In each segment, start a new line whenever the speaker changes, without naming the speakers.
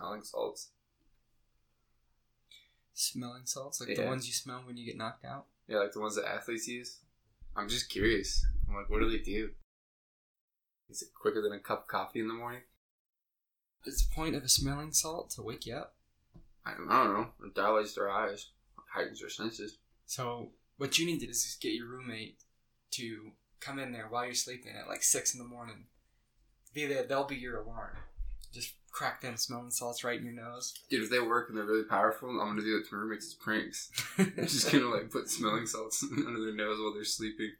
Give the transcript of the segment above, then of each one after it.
smelling salts.
Smelling salts, like the
Yeah.
ones you smell when you get knocked out.
Yeah, like the ones that athletes use. I'm just curious. I'm like, what do they do? Is it quicker than a cup of coffee in the morning?
It's the point of a smelling salt to wake you up.
I, I don't know. It dilates their eyes, heightens their senses.
So what you need to do is just get your roommate to come in there while you're sleeping at like six in the morning. Be there. They'll be your alarm. Just crack them smelling salts right in your nose.
Dude, if they work and they're really powerful, I'm gonna do it to my roommates as pranks. I'm just gonna like put smelling salts under their nose while they're sleeping.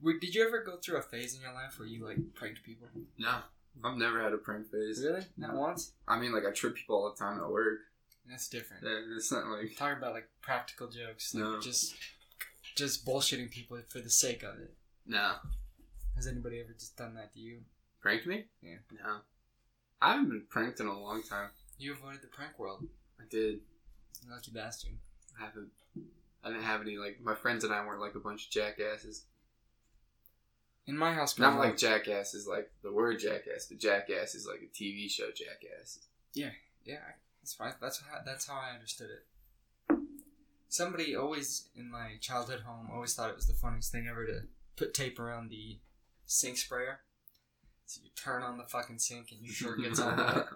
Wait, Did you ever go through a phase in your life where you like pranked people?
No, I've never had a prank phase.
Really? Not once?
I mean, like I trip people all the time at work.
That's different.
Yeah, It's not like
Talking about like practical jokes, like
No.
just just bullshitting people for the sake of it.
no
Has anybody ever just done that to you?
pranked me.
Yeah.
No, I haven't been pranked in a long time.
You avoided the prank world,
I did.
you lucky bastard.
I haven't. I didn't have any like my friends and I weren't like a bunch of jackasses.
In my house,
Not
growing
like
up-
jackasses, like the word jackass, but jackass is like a TV show jackass.
yeah, that's fine. That's how that's how I understood it. Somebody always in my childhood home always thought it was the funniest thing ever to put tape around the sink sprayer. So you turn on the fucking sink and you sure gets all wet.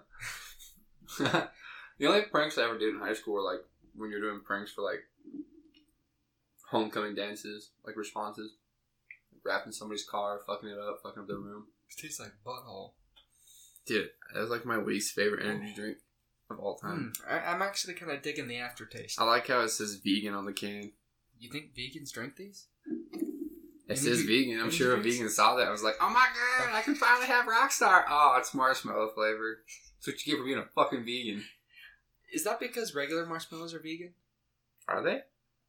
the only pranks I ever did in high school were like when you're doing pranks for like homecoming dances, like responses, wrapping somebody's car, fucking it up, fucking up their room.
It tastes like butthole.
Dude, that was like my least favorite energy drink of all
Hmm,
time.
I, I'm actually kind of digging the aftertaste.
I like how it says vegan on the can.
You think vegans drink these?
It says vegan. I'm sure a
Energy
vegan saw that. I was like, oh my god, I can finally have Rockstar. Oh, it's marshmallow flavor. That's what you get for being a fucking vegan.
Is that because regular marshmallows are vegan?
Are they?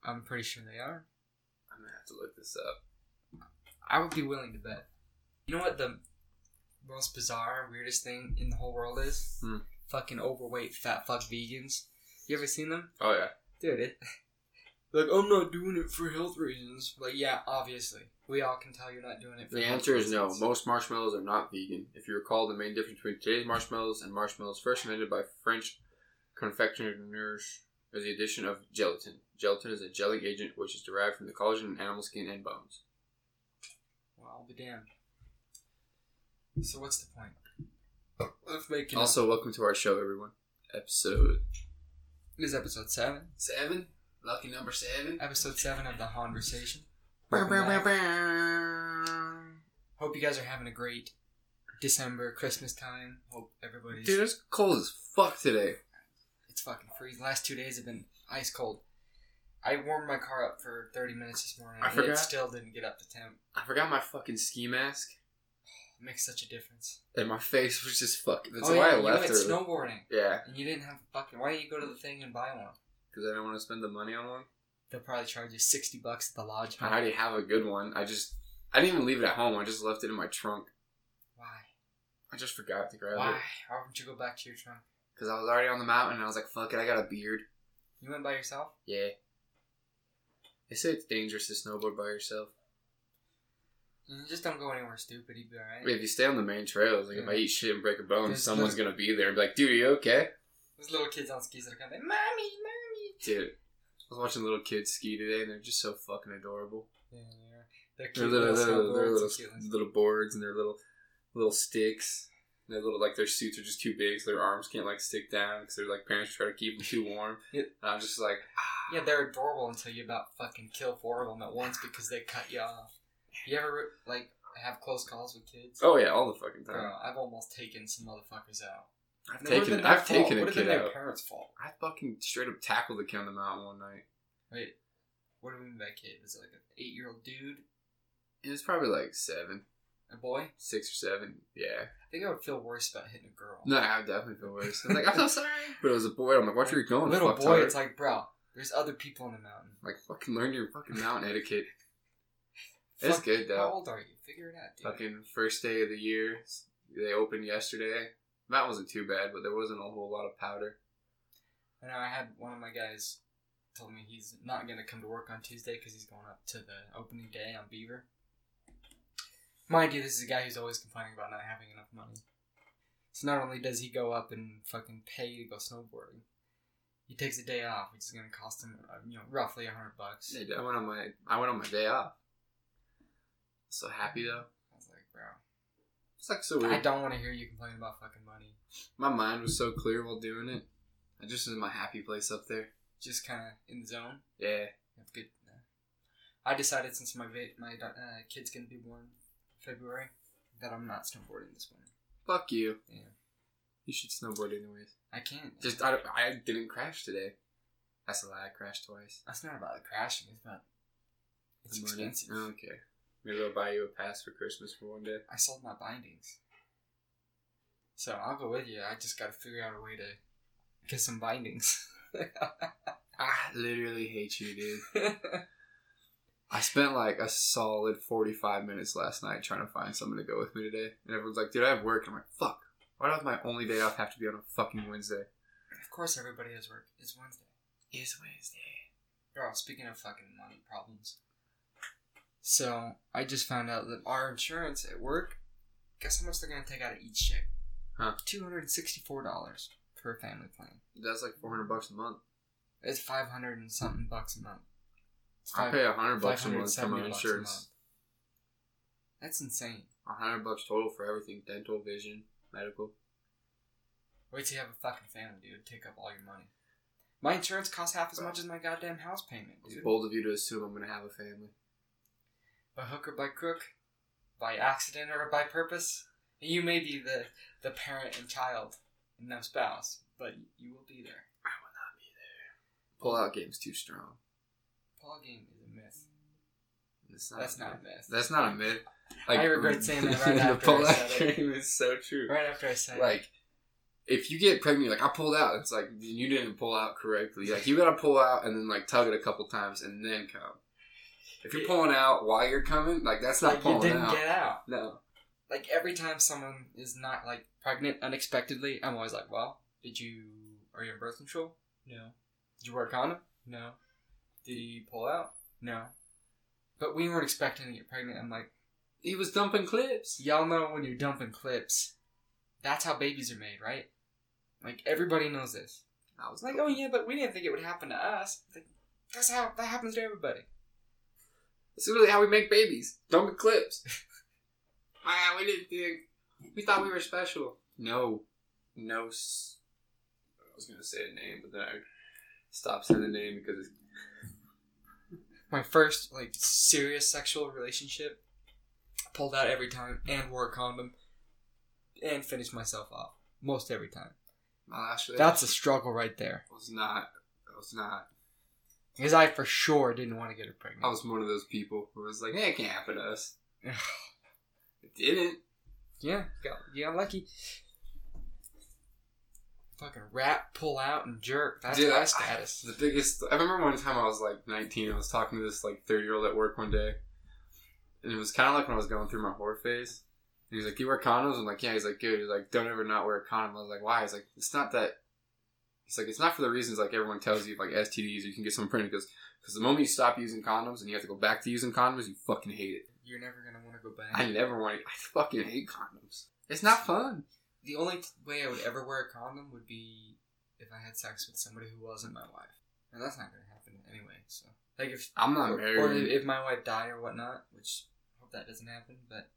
I'm pretty sure they are.
I'm gonna have to look this up.
I would be willing to bet. You know what the most bizarre, weirdest thing in the whole world is?
Hmm.
Fucking overweight, fat fuck vegans. You ever seen them?
Oh yeah.
Dude, it. Like, I'm not doing it for health reasons. Like, yeah, obviously. We all can tell you're not doing it for
The
health
answer is no.
reasons.
Most marshmallows are not vegan. If you recall, the main difference between today's marshmallows and marshmallows first invented by French confectioners is the addition of gelatin. Gelatin is a gelling agent which is derived from the collagen in animal skin and bones.
Well, I'll be damned. So, what's the point? Of making also,
Also, welcome to our show, everyone. Episode
this is episode 7.
seven, lucky number seven.
Episode 7 of The Conversation.
Bow, bow, bow, bow.
Hope you guys are having a great December, Christmas time. Hope everybody's.
Dude, it's cold as fuck today.
It's fucking freezing. Last two days have been ice cold. I warmed my car up for 30 minutes this morning.
I
and It
forgot.
still didn't get up to temp.
I forgot my fucking ski mask,
It makes such a difference.
and my face was just fucking. That's
oh,
why
yeah,
I
you
left
went
early.
snowboarding.
yeah,
And you didn't have fucking. Why didn't you go to the thing and buy one?
because I don't want to spend the money on one.
They'll probably charge you 60 bucks at the lodge.
I already have a good one. I just I didn't even leave it at home. I just left it in my trunk.
Why?
I just forgot to grab
Why?
it
Why don't you go back to your trunk?
because I was already on the mountain. and I was like, "Fuck it, I got a beard."
You went by yourself?
Yeah. They say it's dangerous to snowboard by yourself.
You just don't go anywhere stupid. You'd be alright.
If you stay on the main trails, like if I
Yeah.
eat shit and break a bone,
There's
someone's gonna be there and be like, "Dude, are you okay?"
There's little kids on skis that are kind of like, Mommy, Mommy.
Dude, I was watching little kids ski today, and they're just so fucking adorable.
Yeah, yeah. They're
Their
cute
little,
little,
their little, their
snowboards
little,
and cute little-
little boards and their little little sticks. And Their little like their suits are just too big, so their arms can't like stick down because their like parents try to keep them too warm.
Yeah.
And I'm just like,
Yeah, they're adorable until you about fucking kill four of them at once because they cut you off. You ever like have close calls with kids?
oh yeah, all the fucking time.
Bro, I've almost taken some motherfuckers out.
I've
Uh, And it would've
taken
been their
I've
fault.
taken a
Would've been
kid
their
out.
parents' fault.
I fucking straight up tackled a kid on the mountain one night.
Wait, what do we mean by kid? Was it like an eight-year-old dude,
It was probably like seven,
a boy? I
six or seven. Yeah.
think I would feel worse about hitting a girl.
No, I would definitely feel worse. I was like, I'm so sorry. But it was a boy. I'm like, watch where you're going,
little
fuck
boy.
boy.
It's like, bro, there's other people on the mountain.
Like fucking learn your fucking mountain etiquette. It's
Fuck,
good though.
How old are you? Figure it out, dude.
fucking first day of the year. They opened yesterday. That wasn't too bad, but there wasn't a whole lot of powder.
And I had one of my guys told me he's not gonna come to work on Tuesday because he's going up to the opening day on Beaver. Mind you, this is a guy who's always complaining about not having enough money. So not only does he go up and fucking pay to go snowboarding, he takes a day off, which is gonna cost him, uh, you know, roughly a hundred bucks.
Hey, dude, I went on my I went on my day off. So happy though.
I was like, bro,
It's like so
I
weird.
don't want to hear you complain about fucking money.
My mind was so clear while doing it. I just was in my happy place up there.
Just kind of in the zone.
Yeah.
That's good. I decided since my va- my uh, kid's gonna be born February that I'm not snowboarding this winter.
Fuck you.
Yeah.
You should snowboard anyways.
I can't.
Just I, don't- I didn't crash today. That's a lie. I crashed twice.
That's not about the crashing. It's about it's
The money.
expensive.
Oh, okay. Maybe I'll buy you a pass for Christmas for one day.
I sold my bindings, so I'll go with you. I just gotta figure out a way to get some bindings.
I literally hate you, dude. I spent like a solid 45 minutes last night trying to find someone to go with me today. And everyone's like, dude, I have work. And I'm like, fuck. Why does my only day off have to be on a fucking Wednesday?
of course, everybody has work. It's Wednesday.
It's Wednesday.
Girl, speaking of fucking money problems. So, I just found out that our insurance at work, guess how much they're going to take out of each check?
Huh.
$264 for a family plan.
That's like 400 bucks a month.
It's 500 and something bucks a month. It's
I
five-
pay 100 bucks a month for
570
my
bucks a
insurance.
month. That's insane.
100 bucks total for everything dental, vision, medical.
Wait till you have a fucking family, dude. Take up all your money. My insurance costs half as much as my goddamn house payment,
It's
dude.
bold of you to assume I'm going to have a family.
by hook or by crook, by accident or by purpose. You may be the, the parent and child and no spouse, but you will be there.
I will not be there. Pull out game's too strong.
Paul game is a myth.
It's
That's
a myth.
not a myth.
That's not a myth.
I regret saying that right
the
after I
pull-out
said it.
game is so true.
right after I said
Like, if you get pregnant, you're like I pulled out. It's like you didn't pull out correctly. Like you gotta pull out and then like tug it a couple times and then come. If you're pulling out while you're coming, like that's
it.
not
like you
pulling
didn't
out.
get out.
no,
Like every time someone is not like pregnant unexpectedly, I'm always like, well, did you are you on birth control? No. Did you wear a condom? No. Did you pull out? No. But we weren't expecting to get pregnant. I'm like.
he was dumping clips.
Y'all know when you're dumping clips, that's how babies are made, right? Like everybody knows this.
I was
It's like, oh yeah, but we didn't think it would happen to us. It's Like, that's how that happens to everybody.
That's literally how we make babies. Dumping clips. ah, we didn't think. We thought we were special. No. No. S- I was going to say a name, but then I stopped saying the name because it's.
My first like serious sexual relationship, I pulled out every time and wore a condom, and finished myself off most every time.
My last
That's a struggle right there,
was not. I was not.
because I for sure didn't want to get her pregnant.
I was one of those people who was like, hey, it can't happen to us. it didn't.
Yeah, got, you got lucky. Fucking rap, pull out, and jerk. That's
Dude,
my
I-
status.
The biggest. I remember one time I was like 19. I was talking to this like 30 year old at work one day, and it was kind of like when I was going through my whore phase. And he's like, "Do you wear condoms?" I'm like, "Yeah." He's like, "Good." He's like, "Don't ever not wear a condom." I was like, "Why?" He's like, "It's not that." He's like, "It's not for the reasons like everyone tells you like STDs. You can get some printed because because the moment you stop using condoms and you have to go back to using condoms, you fucking hate it.
You're never gonna want to go back.
I never want. I fucking hate condoms. It's not fun.
the only t- way I would ever wear a condom would be if I had sex with somebody who wasn't my wife, and that's not gonna happen anyway. So, like if
I'm not
or, or
married.
if my wife died or whatnot, which I hope that doesn't happen, but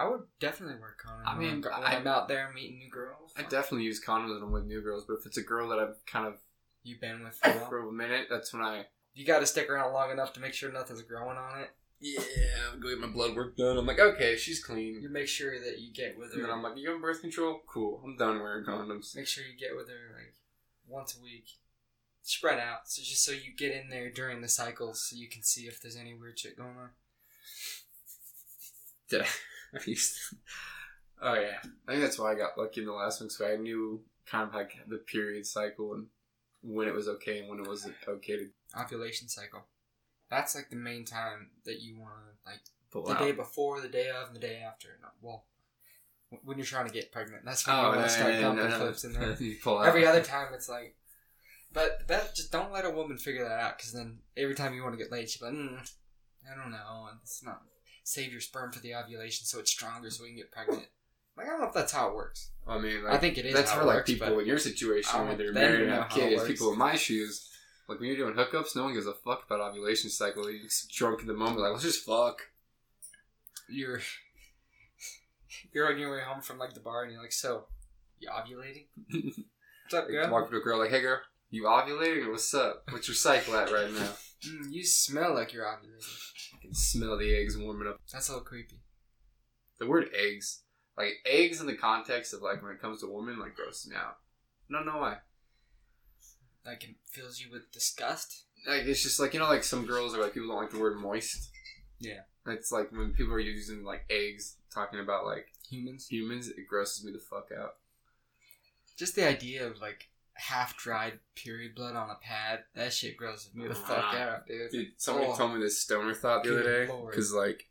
I would definitely wear a condom.
I
when
mean,
I'm,
I-
am out there meeting new girls.
I definitely use condoms when I'm with new girls, but if it's a girl that I've kind of
You've been with for a while.
for a minute, that's when I
You got to stick around long enough to make sure nothing's growing on it.
yeah, I'm going to get my blood work done. I'm like, okay, she's clean.
You make sure that you get with
And then I'm
her.
like, you on birth control? Cool. I'm done wearing condoms.
Make sure you get with her like once a week, spread out. So just so you get in there during the cycle, so you can see if there's any weird shit going on.
Did I? I used to- oh yeah, I think that's why I got lucky in the last one. So I knew kind of like the period cycle and when it was okay and when it wasn't okay to
Ovulation cycle. That's like the main time that you want to like
pull
the
out.
day before, the day of, and the day after. No, well, w- when you're trying to get pregnant, that's when you
Oh,
want to start
no, no,
dumping
no,
clips in there.
no. You pull out.
Every other time, it's like. But that just don't let a woman figure that out, because then every time you want to get laid, she's like, mm, I don't know, and it's not. Save your sperm for the ovulation so it's stronger, so we can get pregnant. Like I don't know if that's how it works.
I mean,
I
like,
think it is.
that's
how
for
it
like
works,
people
but
in your situation
I
when
don't
they're
think
married and
they know
have
how it
kids.
works.
People in my shoes, like when you're doing hookups, no one gives a fuck about ovulation cycle. You're just drunk in the moment, like let's just fuck.
you're you're on your way home from like the bar and you're like, so you ovulating? What's up,
Like,
girl?
Walk up to a girl like, "Hey, girl, you ovulating or what's up? What's your cycle at right now?
Mm, you smell like you're ovulating.
I can smell the eggs warming up."
That's a little creepy.
The word eggs, like eggs in the context of like when it comes to women, like grosses me out. I don't know why.
Like it fills you with disgust.
like it's just like you know like some girls are like people don't like the word moist.
Yeah.
It's like when people are using like eggs talking about like
Humans.
humans, it grosses me the fuck out.
Just the idea of like half dried period blood on a pad. That shit grosses me the fuck
Wow.
out, dude.
Dude, somebody
Oh.
told me this stoner thought the other
Good
day
lord.
because like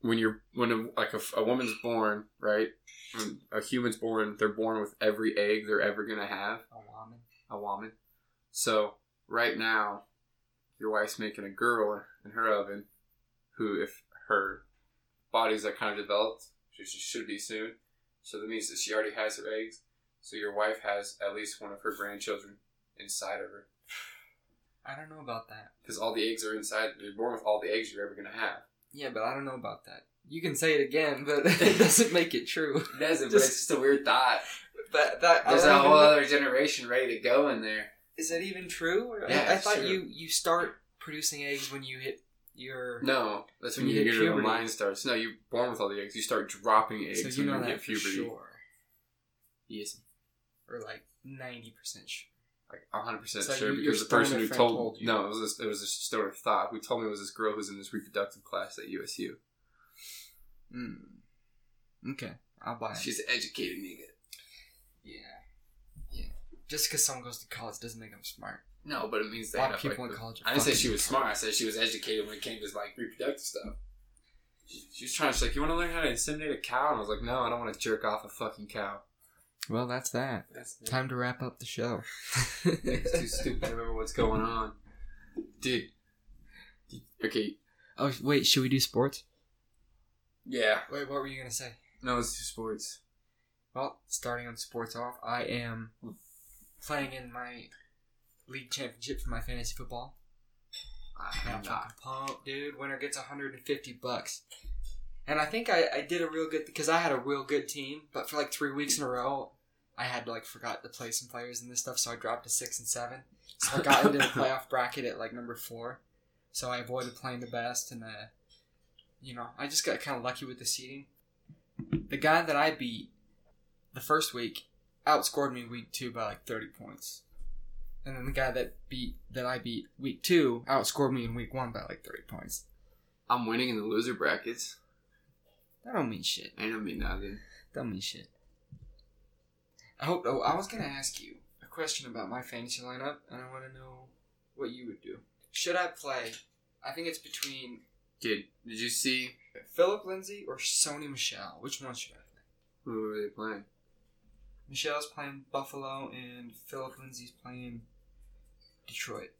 when you're when a, like a, a woman's born right, when a human's born, they're born with every egg they're ever gonna have.
A woman.
a woman. So right now, your wife's making a girl in her oven, who, if her body's like kind of developed, which she should be soon, so that means that she already has her eggs. So your wife has at least one of her grandchildren inside of her,
I don't know about that.
because all the eggs are inside. You're born with all the eggs you're ever gonna have.
Yeah, but I don't know about that. You can say it again, but it doesn't make it true.
It doesn't,
but it's
just a weird thought.
But that I
There's a
don't even
whole
know-
other generation ready to go in there.
Is that even true? Or- I-
Yeah,
I,
it's
thought
true.
you you start producing eggs when you hit your.
No, that's when
When you
your
hit
your
puberty.
mind starts. No, you're born with all the eggs. You start dropping eggs
so you know
when you
that
hit
for
puberty.
sure,
Yes,
or like ninety percent sure.
like hundred percent
So
sure
you- your
because the person
stoner
who
friend
told,
told you.
no, it was this, it was a stoner thought who told me it was this girl who's in this reproductive class at USU. Hmm.
Mm. Okay, I'll buy it.
She's an educated nigga.
yeah, yeah. Just because someone goes to college doesn't make them smart.
No, but it means
A
they
lot
have
of people
like,
in
the-
college. Are
I didn't say
fucking
she was
dumb.
smart. I said she was educated when it came to like reproductive stuff. She, she was trying. She's like, "You want to learn how to inseminate a cow?" And I was like, "No, I don't want to jerk off a fucking cow."
Well, that's that.
That's
Time to wrap up the show.
it's too stupid to remember what's going on, dude. Okay,
oh wait, should we do sports?
yeah.
Wait, what were you gonna say?
No, it's two sports.
Well, starting on sports off, I am playing in my league championship for my fantasy football. And I'm
I'm not.
fucking pumped, dude. Winner gets 150 bucks. And I think I, I did a real good because I had a real good team, but for like three weeks in a row, I had like forgot to play some players and this stuff, so I dropped to six and seven. So I got into the playoff bracket at like number four. So I avoided playing the best, and uh, you know, I just got kind of lucky with the seeding. The guy that I beat the first week outscored me week two by like 30 points. And then the guy that beat that I beat week two outscored me in week one by like 30 points.
I'm winning in the loser brackets.
That don't mean shit.
I don't mean nothing.
That don't mean shit. I hope. Oh, I was gonna ask you a question about my fantasy lineup, and I want to know what you would do. Should I play? I think it's between
Dude, did you see
Philip Lindsay or Sony Michelle. Which one should I play?
who were they playing?
Michelle's playing Buffalo, and Philip Lindsay's playing Detroit.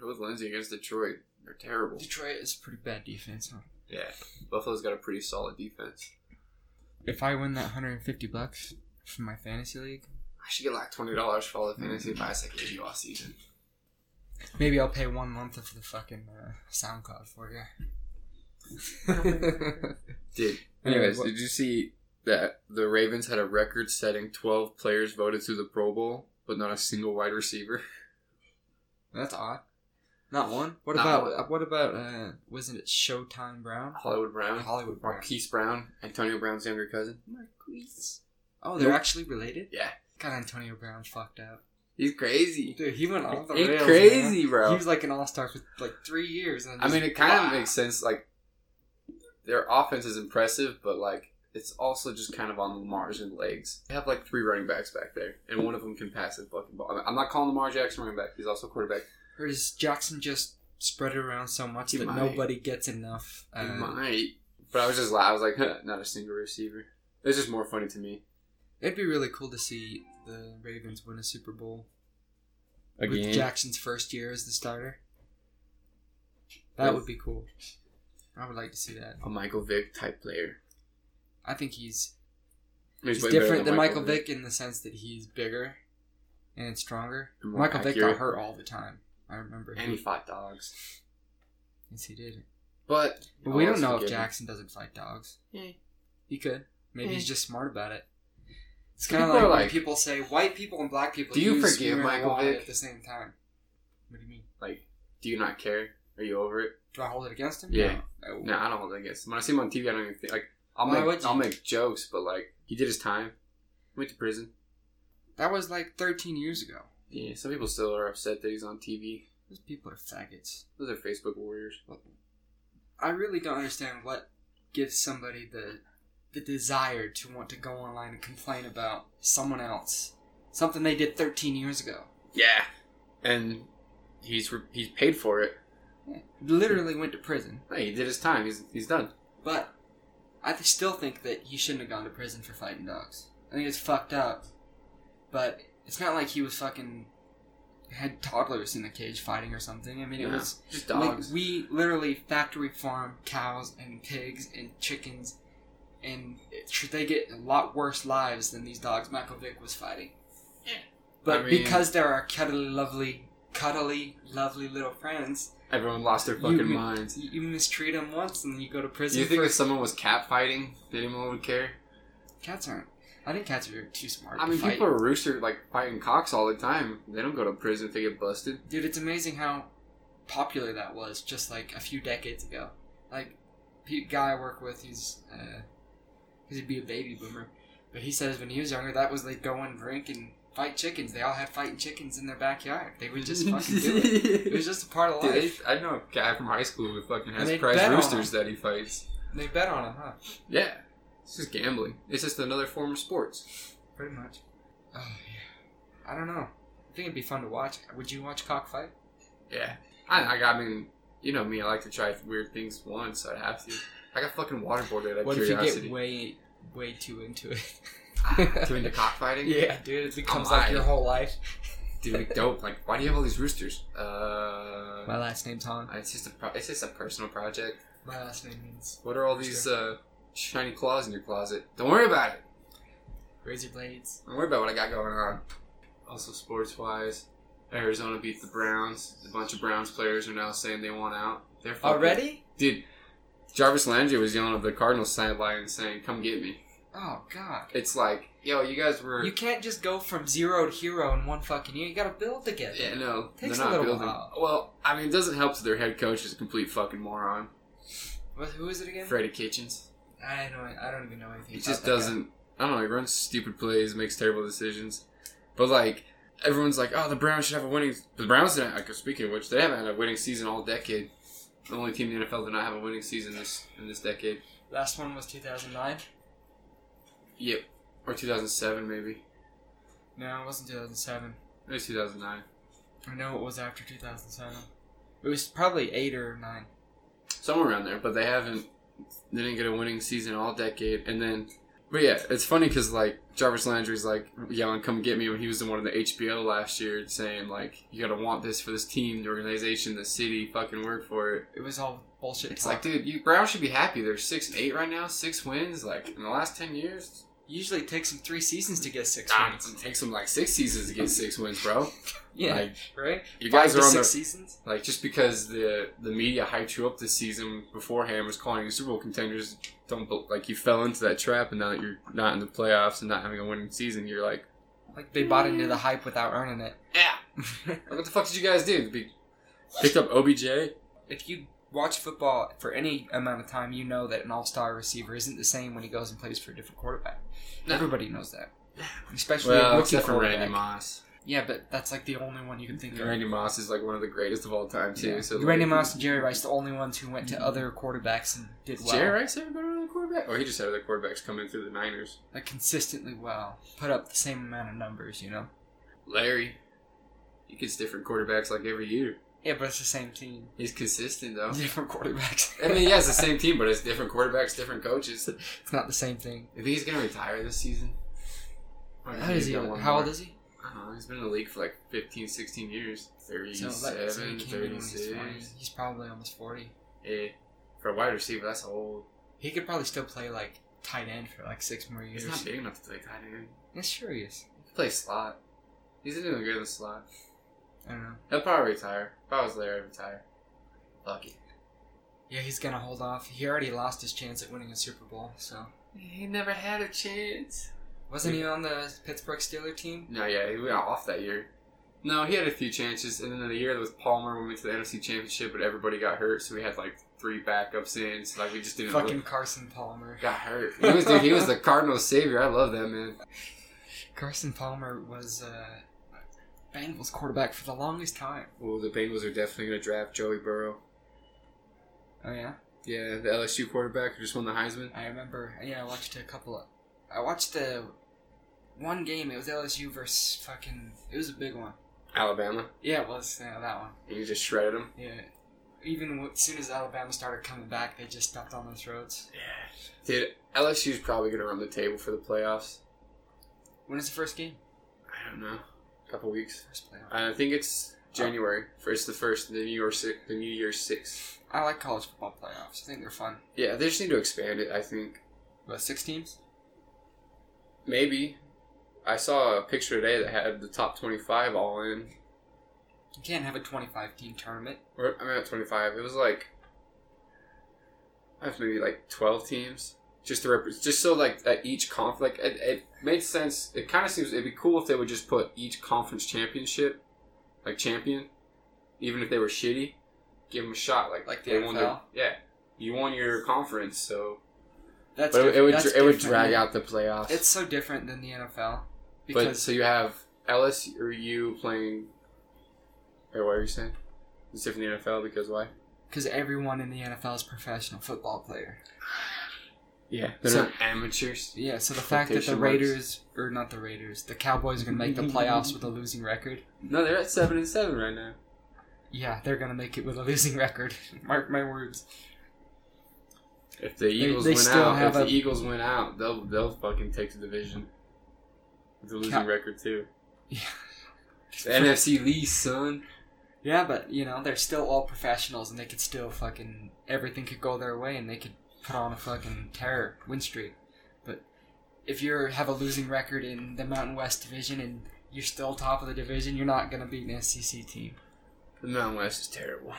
It was Lindsay against Detroit. They're terrible.
Detroit is pretty bad defense, huh?
Yeah, Buffalo's got a pretty solid defense.
If I win that 150 bucks from my fantasy league,
I should get like twenty dollars for all the fantasy advice I gave you all season.
maybe I'll pay one month of the fucking uh, SoundCloud for you.
Dude,
Anyway,
anyways,
what-
did you see that the Ravens had a record-setting twelve players voted to the Pro Bowl, but not a single wide receiver?
That's odd. Not one. What
Not
about
one.
uh, what about uh wasn't it Showtime Brown?
Hollywood Brown,
Hollywood Brown.
Marquise Brown, Antonio Brown's younger cousin.
Marquise. Oh, they're
Nope.
actually related?
Yeah.
God Antonio Brown fucked up.
He's crazy.
Dude, he went all the
He's
rails.
crazy,
man.
bro.
He was like an all star for like three years and
I
just-
mean, it kind
Wow.
of makes sense. Like, their offense is impressive, but like it's also just kind of on Lamar's and legs. They have like three running backs back there, and one of them can pass the fucking ball. I mean, I'm not calling Lamar Jackson running back; he's also quarterback.
Or does Jackson just spread it around so much
He
that
might.
nobody gets enough
He
uh,
might, but I was just like, I was like, huh, not a single receiver. It's just more funny to me.
It'd be really cool to see the Ravens win a Super Bowl with Jackson's first year as the starter. That
Yes.
would be cool. I would like to see that.
a Michael Vick type player.
I think he's He's
way better
different than Michael
Vick.
Vick in the sense that he's bigger and stronger.
And more
Michael Vick got
accurate.
hot all the time. I remember.
And he fought dogs.
yes, he did.
But,
But we
all
don't
is
know if
forgiven.
Jackson doesn't fight dogs.
Yeah.
He could. Maybe he's
Eh.
just smart about it. It's
People
kind of like,
are
when
like-
people say white people and black people.
Do you
use
forgive
swear
Michael
a lot
Vick?
at the same time? What do you mean?
Like, do you not care? Are you over it?
Do I hold it against him?
Yeah.
No. No.
No, I don't think it's. When I see him on TV, I don't even think like I'll
Why would
make
you?
I'll make jokes, but like he did his time, went to prison.
That was like 13 years ago.
Yeah, some people still are upset that he's on TV.
Those people are faggots.
Those are Facebook warriors.
I really don't understand what gives somebody the the desire to want to go online and complain about someone else, something they did 13 years ago.
Yeah, and he's re- he's paid for it.
Literally went to prison,
Hey, he did his time. He's he's done.
but I th- still think that he shouldn't have gone to prison for fighting dogs. I think it's fucked up, but it's not like he was fucking had toddlers in the cage fighting or something. I mean, it
Yeah.
was
Just dogs.
Like, we literally factory farm cows and pigs and chickens, and it, should they get a lot worse lives than these dogs Michael Vick was fighting.
Yeah.
But
I mean-
because they're our cuddly, lovely, cuddly, lovely little friends,
Everyone lost their
You-
fucking
you-
minds.
you, you mistreat them once and then you go to
Do
prison.
you think
for-
if someone was cat fighting, that anyone would care?
cats aren't? I think cats are too smart.
I
to
mean,
fight.
people are rooster like fighting cocks all the time. They don't go to prison if they get busted.
Dude, it's amazing how popular that was just like a few decades ago. Like, a guy I work with, he's, uh, he'd be a baby boomer, but he says when he was younger, that was like go and drink and fight chickens. They all had fighting chickens in their backyard. They would just fucking do it. It was just a part of
Dude,
life.
I know a guy from high school who fucking
And
has
they
prize
bet on
roosters that he fights.
They bet on it, huh?
Yeah. It's just gambling. It's just another form of sports.
Pretty much. Oh, yeah. I don't know. I think it'd be fun to watch. Would you watch cockfight?
Yeah. I, I, I mean, you know me, I like to try weird things once, so I'd have to. I got fucking waterboarded out of
What if you
curiosity.
get way, way too into it?
Too into cockfighting?
yeah, dude, it becomes like
lying.
your whole life.
Dude, like, dope. Like, why do you have all these roosters? Uh.
My last name's Han.
It's just a pro- it's just a personal project.
My last name means
What are all these uh, shiny claws in your closet? Don't worry about it.
razor blades.
Don't worry about what I got going on. Also, sports wise, Arizona beat the Browns. A bunch of Browns players are now saying they want out. They're fucking-
Already?
dude. Jarvis Landry was yelling at the Cardinals sideline saying, "Come get me."
Oh god.
It's like, yo, you guys were.
You can't just go from zero to hero in one fucking year. You gotta build together.
yeah, no,
Takes
they're
a
not
little
building.
while.
Well, I mean, it doesn't help that their head coach is a complete fucking moron,
What, who is it again?
Freddie Kitchens.
I don't. I don't even know anything.
He
about
just
that guy.
doesn't. I don't know. He runs stupid plays, makes terrible decisions. But like everyone's like, oh, the Browns should have a winning. The Browns didn't. Like, speaking of which, they haven't had a winning season all decade. The only team in the NFL to not have a winning season this in this decade.
Last one was 2009.
Yep, or 2007 maybe.
No, it wasn't 2007.
It was 2009.
I know it was after 2007. It was probably eight or nine.
somewhere around there. But they haven't. They didn't get a winning season all decade, and then. But yeah, it's funny because like Jarvis Landry's like yelling, "Come get me!" when he was in one of the HBO last year, saying like, "You gotta want this for this team, the organization, the city, fucking work for it."
It was all bullshit.
It's
talk.
like, dude, you Browns should be happy. They're six and eight right now, six wins. Like in the last ten years,
usually it takes them three seasons to get six
God,
wins.
it takes them like six seasons to get six wins, bro.
Yeah,
Like
right.
you
Five
guys
to
are on
six
the
seasons.
like just because the the media hyped you up this season beforehand was calling you Super Bowl contenders. Don't bel- like you fell into that trap, and now that you're not in the playoffs and not having a winning season, you're like,
Like they bought into the hype without earning it.
yeah, like, what the fuck did you guys do? Be- picked up OBJ.
if you watch football for any amount of time, you know that an all-star receiver isn't the same when he goes and plays for a different quarterback.
No.
Everybody knows that, especially a
Well,
rookie
except for
quarterback.
Randy Moss.
Yeah, but that's like the only one you can think of.
Randy Moss is like one of the greatest of all time too.
Yeah.
So
Randy
like-
Moss and Jerry Rice, the only ones who went to other quarterbacks and did
Did
well,
Jerry Rice ever go to another quarterback? Or he just had other quarterbacks come in through the Niners.
like consistently well, put up the same amount of numbers. You know.
Larry, he gets different quarterbacks like every year.
Yeah, but it's the same team,
He's consistent though.
different quarterbacks.
Oh. I mean, yeah, it's the same team, but it's different quarterbacks, different coaches. You
it's not the same thing.
think he's gonna retire this season? Or
How
he's
is he?
got one
How
more?
old is he?
I don't know. He's been in the league for like 15, 16 years.
So,
37,
like, so he came in when he was
36.
20. He's probably almost forty.
Yeah. For a wide receiver, that's old.
He could probably still play like tight end for like six more years.
He's not big enough to play tight end.
It sure he is.
He can play slot. He's doing good in the slot.
I don't know.
He'll probably retire. If I was there, I'd retire. Lucky.
Yeah, he's gonna hold off. He already lost his chance at winning a Super Bowl, so
He never had a chance.
wasn't he on the Pittsburgh Steeler team?
No, yeah, he went off that year. No, he had a few chances, and then the year that was Palmer, we went to the NFC Championship, but everybody got hurt, so we had like three backups in. So like we just didn't.
Fucking Carson Palmer.
got hurt. He was, dude, he was the Cardinals savior. I love that man.
Carson Palmer was uh, Bengals quarterback for the longest time.
Well, the Bengals are definitely going to draft Joey Burrow.
Oh yeah,
Yeah, the LSU quarterback who just won the Heisman.
I remember. Yeah, I watched a couple of. I watched the one game. It was LSU versus fucking. It was a big one.
Alabama.
Yeah, it was yeah, that one.
And you just shredded him.
Yeah. Even w- as soon as Alabama started coming back, they just stepped on those roads.
Dude, LSU's probably going to run the table for the playoffs.
When is the first game?
I don't know. A couple weeks.
First playoff.
I think it's January. First, the first, the New Year six, the New Year's six.
I like college football playoffs. I think they're fun.
Yeah, they just need to expand it. I think
About six teams?
maybe. I saw a picture today that had the top twenty-five all in.
You can't have a 25 team tournament.
Or I mean, not twenty-five. It was like I was maybe like twelve teams. Just to rep- just so like at each conf, like it, it made sense. It kind of seems it'd be cool if they would just put each conference championship, like champion, even if they were shitty, give them a shot. Like
Like the
they won their-
NFL?
yeah, you won your conference, so
That's
But it, it
diff-
would
that's
dr- it would
different.
drag out the playoffs.
It's so different than the NFL
but
because
so you have LSU or you playing. Or what are you saying? It's different than the NFL because why?
because everyone in the NFL is a professional football player.
Yeah, they're
So-
not amateurs.
Yeah, so the fact that the
Quotation marks.
Raiders or not the Raiders, the Cowboys are gonna make the playoffs with a losing record.
No, they're at seven and seven right now.
Yeah, they're gonna make it with a losing record. Mark my words.
If the Eagles
they
win
still
out,
have
if the
a-
Eagles win out, they'll they'll fucking take the division. With the losing
Cow-
record too.
Yeah.
The NFC lease, son.
Yeah, but you know they're still all professionals, and they could still fucking everything could go their way, and they could put on a fucking terror win streak. But if you have a losing record in the Mountain West division and you're still top of the division, you're not gonna beat an SEC team.
The Mountain West is terrible.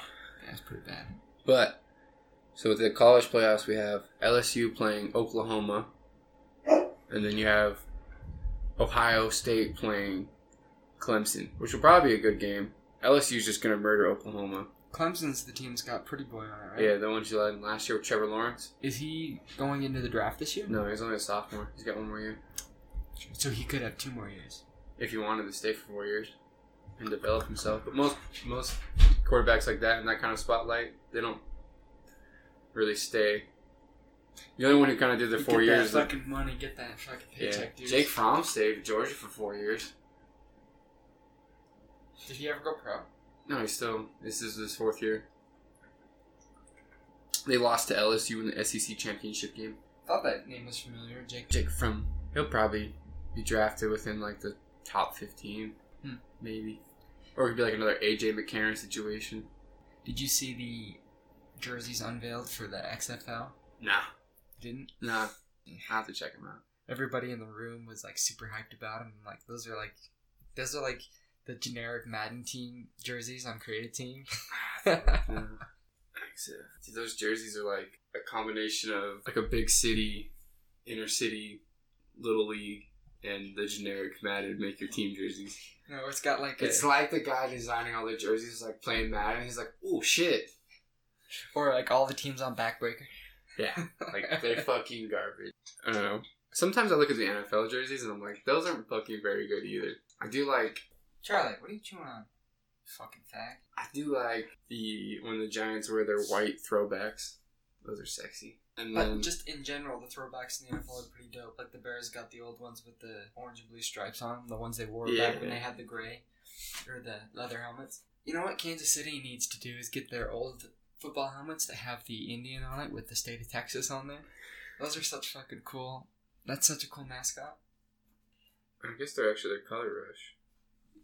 That's pretty bad.
But so with the college playoffs, we have LSU playing Oklahoma, and then you have Ohio State playing Clemson, which will probably be a good game. LSU's just gonna murder Oklahoma.
Clemson's the team's got pretty boy on it, right?
Yeah, the one she led last year with Trevor Lawrence.
Is he going into the draft this year?
No, he's only a sophomore. He's got one more year.
So he could have two more years.
If he wanted to stay for four years and develop himself, but most most quarterbacks like that in that kind of spotlight, they don't really stay. The only one who kind of did their four
get
years is
That fucking money, get that fucking
Yeah.
paycheck, dude.
Jake Fromm stayed at Georgia for four years.
did he ever go pro?
No, he's still. This is his fourth year. They lost to LSU in the SEC championship game.
Thought that name was familiar, Jake.
Jake Fromm. He'll probably be drafted within like the top fifteen,
Hmm.
maybe, or it could be like another AJ McCarron situation.
Did you see the jerseys unveiled for the XFL?
Nah,
Didn't
nah. I have to check him out.
everybody in the room was like super hyped about them? Like those are like those are like the generic Madden team jerseys on Creative Team.
Yeah. Exif. See, those jerseys are like a combination of like a big city, inner city, little league, and the generic Madden make your team jerseys.
no, it's got like a,
It's like the guy designing all the jerseys is like playing Madden. He's like, oh shit.
or like all the teams on Backbreaker.
Yeah, like they're fucking garbage. I don't know. Sometimes I look at the NFL jerseys and I'm like, those aren't fucking very good either. I do like,
Charlie, what are you chewing on? Fucking fag.
I do like the when the Giants wear their white throwbacks. Those are sexy. And
But
then
just in general, the throwbacks in the NFL are pretty dope. Like the Bears got the old ones with the orange and blue stripes on them, the ones they wore
Yeah.
back when they had the gray or the leather helmets. You know what Kansas City needs to do is get their old football helmets that have the Indian on it with the state of Texas on there. Those are such fucking cool. That's such a cool mascot.
I guess they're actually their color rush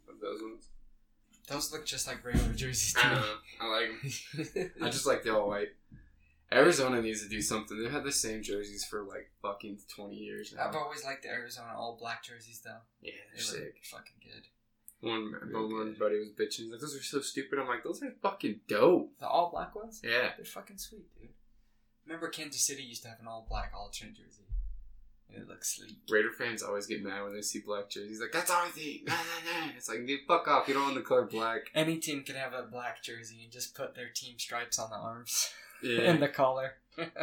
of those ones.
Those look just like regular jerseys
I don't
to
know. I like 'em.
me.
I just like the all white. Arizona needs to do something. They've had the same jerseys for like fucking twenty years now.
I've always liked the Arizona all black jerseys though.
yeah,
They
they're
were
sick.
fucking good.
One, my
Real
one
good.
buddy was bitching. He's like, "Those are so stupid." I'm like, "Those are fucking dope."
The all black ones?
Yeah,
They're fucking sweet, dude. Remember Kansas City used to have an all black all chin jersey. And it looked sleek.
Raider fans always get mad when they see black jerseys. Like, "That's our thing." Nah, nah, nah. It's like, dude, fuck off. You don't own the color black.
Any team could have a black jersey and just put their team stripes on the arms
Yeah.
and the collar.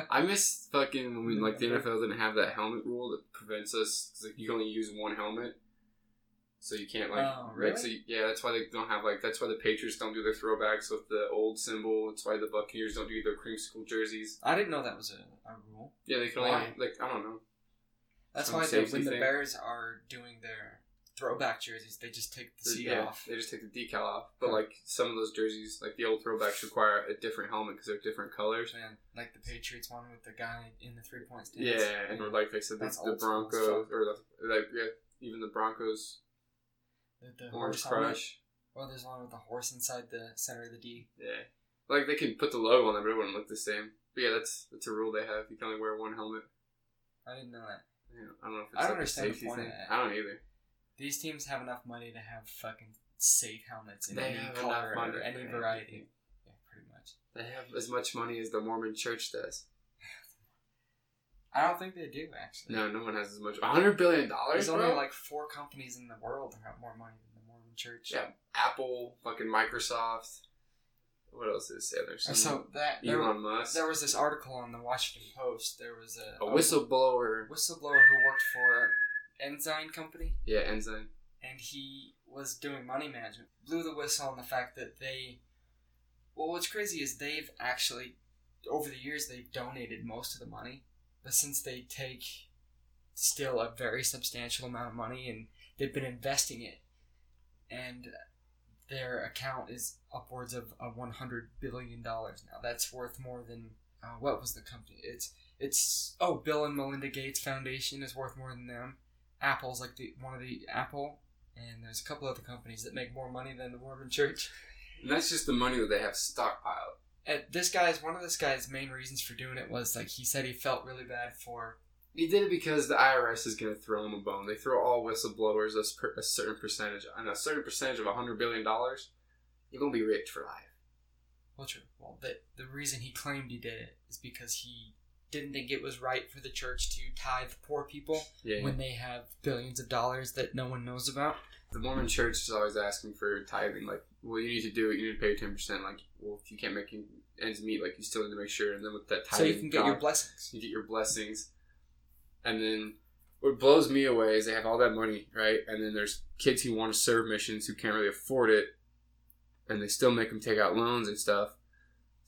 I miss fucking when we, like the NFL didn't have that helmet rule that prevents us. 'cause, like you can only use one helmet, so you can't like.
Oh,
like,
really?
so you- yeah, that's why they don't have like. That's why the Patriots don't do their throwbacks with the old symbol. That's why the Buccaneers don't do their creamsicle jerseys.
I didn't know that was a, a rule.
Yeah, they can only
Why?
like I don't know.
That's
Some
why they,
safety
when the
thing.
Bears are doing their throwback jerseys, they just take the seat
yeah,
off.
they just take the decal off. But like some of those jerseys, like the old throwbacks, require a different helmet because they're different colors.
Man, like the Patriots one with the guy in the three point stance.
Yeah, and or like they said, the,
That's
the
old school
Broncos
stuff.
or the, like yeah, even the Broncos
the, the
Orange
horse on it.
Crush.
Well, there's one with the horse inside the center of the D.
Yeah. Like they can put the logo on them, but it wouldn't look the same. But yeah, that's that's a rule they have. You can only wear one helmet.
I didn't know that.
Yeah, I don't know if it's
I
like
don't
a
understand the
safety
point of
thing.
that.
I don't either.
These teams have enough money to have fucking safe helmets in
They
any
have
color
enough money
or
for
any
that.
variety. Yeah, pretty much.
They have as much money as the Mormon Church does.
I don't think they do actually.
No, no one has as much. hundred billion dollars.
There's only
bro?
like four companies in the world that have more money than the Mormon Church.
Yeah. Apple, fucking Microsoft. What else is there? There's some
So that there,
Elon Musk,
there was this article on the Washington Post. There was a,
a whistleblower.
whistleblower who worked for an enzyme company,
Yeah, enzyme.
and he was doing money management. Blew the whistle on the fact that they. Well, what's crazy is they've actually, over the years, they've donated most of the money, but since they take still a very substantial amount of money and they've been investing it, and their account is upwards of a one hundred billion dollars now. That's worth more than uh, what was the company? It's it's oh Bill and Melinda Gates Foundation is worth more than them. Apple's like the one of the Apple, and there's a couple other companies that make more money than the Mormon Church.
And that's just the money that they have stockpiled.
And this guy's one of this guy's main reasons for doing it was like he said he felt really bad for
He did it because the IRS is going to throw him a bone. They throw all whistleblowers a, per- a certain percentage, and a certain percentage of $100 billion, you're going to be rich for life.
well, true. Well, the the reason he claimed he did it is because he didn't think it was right for the church to tithe poor people
Yeah.
when they have billions of dollars that no one knows about.
the Mormon church is always asking for tithing. Like, well, you need to do it. You need to pay 10%. Like, well, if you can't make ends meet, like, you still need to make sure. And then with that
So
tithing,
you can get
God-
your blessings.
you get your blessings. And then what blows me away is they have all that money, right? And then there's kids who want to serve missions who can't really afford it, and they still make them take out loans and stuff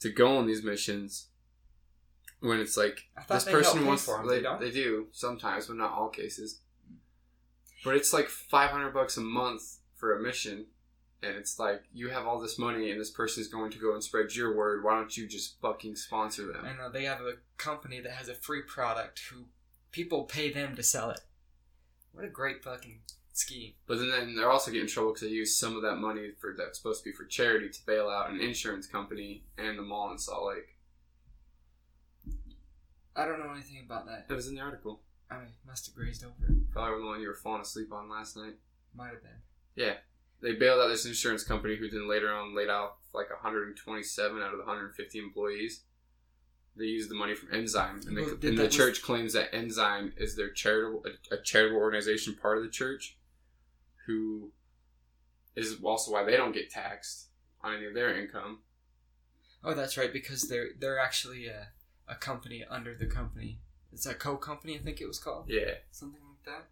to go on these missions. When it's like
I thought
this
they
person
help pay
wants,
for 'em,
they,
they don't?
they do sometimes, but not all cases. But it's like five hundred bucks a month for a mission, and it's like you have all this money, and this person is going to go and spread your word. Why don't you just fucking sponsor them?
I know uh, they have a company that has a free product who people pay them to sell it. What a great fucking scheme.
But then, then they're also getting in trouble because they use some of that money for that's supposed to be for charity to bail out an insurance company and the mall in Salt Lake.
I don't know anything about that.
It was in the article.
I must have grazed over it.
Probably the one you were falling asleep on last night.
Might have been.
They bailed out this insurance company who then later on laid off like 127 out of the 150 employees. They used the money from Enzyme, and, they,
Well, did
and
that
the
was-
church claims that Enzyme is their charitable a, a charitable organization part of the church, who is also why they don't get taxed on any of their income.
Oh, that's right, because they're they're actually a, a company under the company. It's a co company, I think it was called.
Yeah.
Something like that.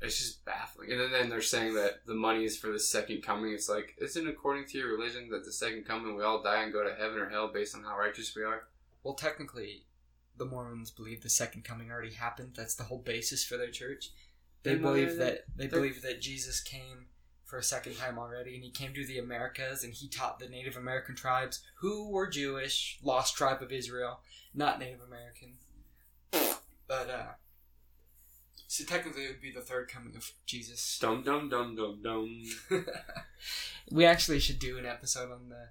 it's just baffling. And then, then they're saying that the money is for the second coming. It's like, isn't it according to your religion that the second coming we all die and go to heaven or hell based on how righteous we are?
Well, technically, the Mormons believe the second coming already happened. That's the whole basis for their church. They
Then why are
believe
they-
that they
they're-
believe that Jesus came for a second time already, and he came to the Americas, and he taught the Native American tribes who were Jewish, lost tribe of Israel, not Native American. But uh, so technically, it would be the third coming of Jesus.
Dum dum dum dum dum.
we actually should do an episode on the,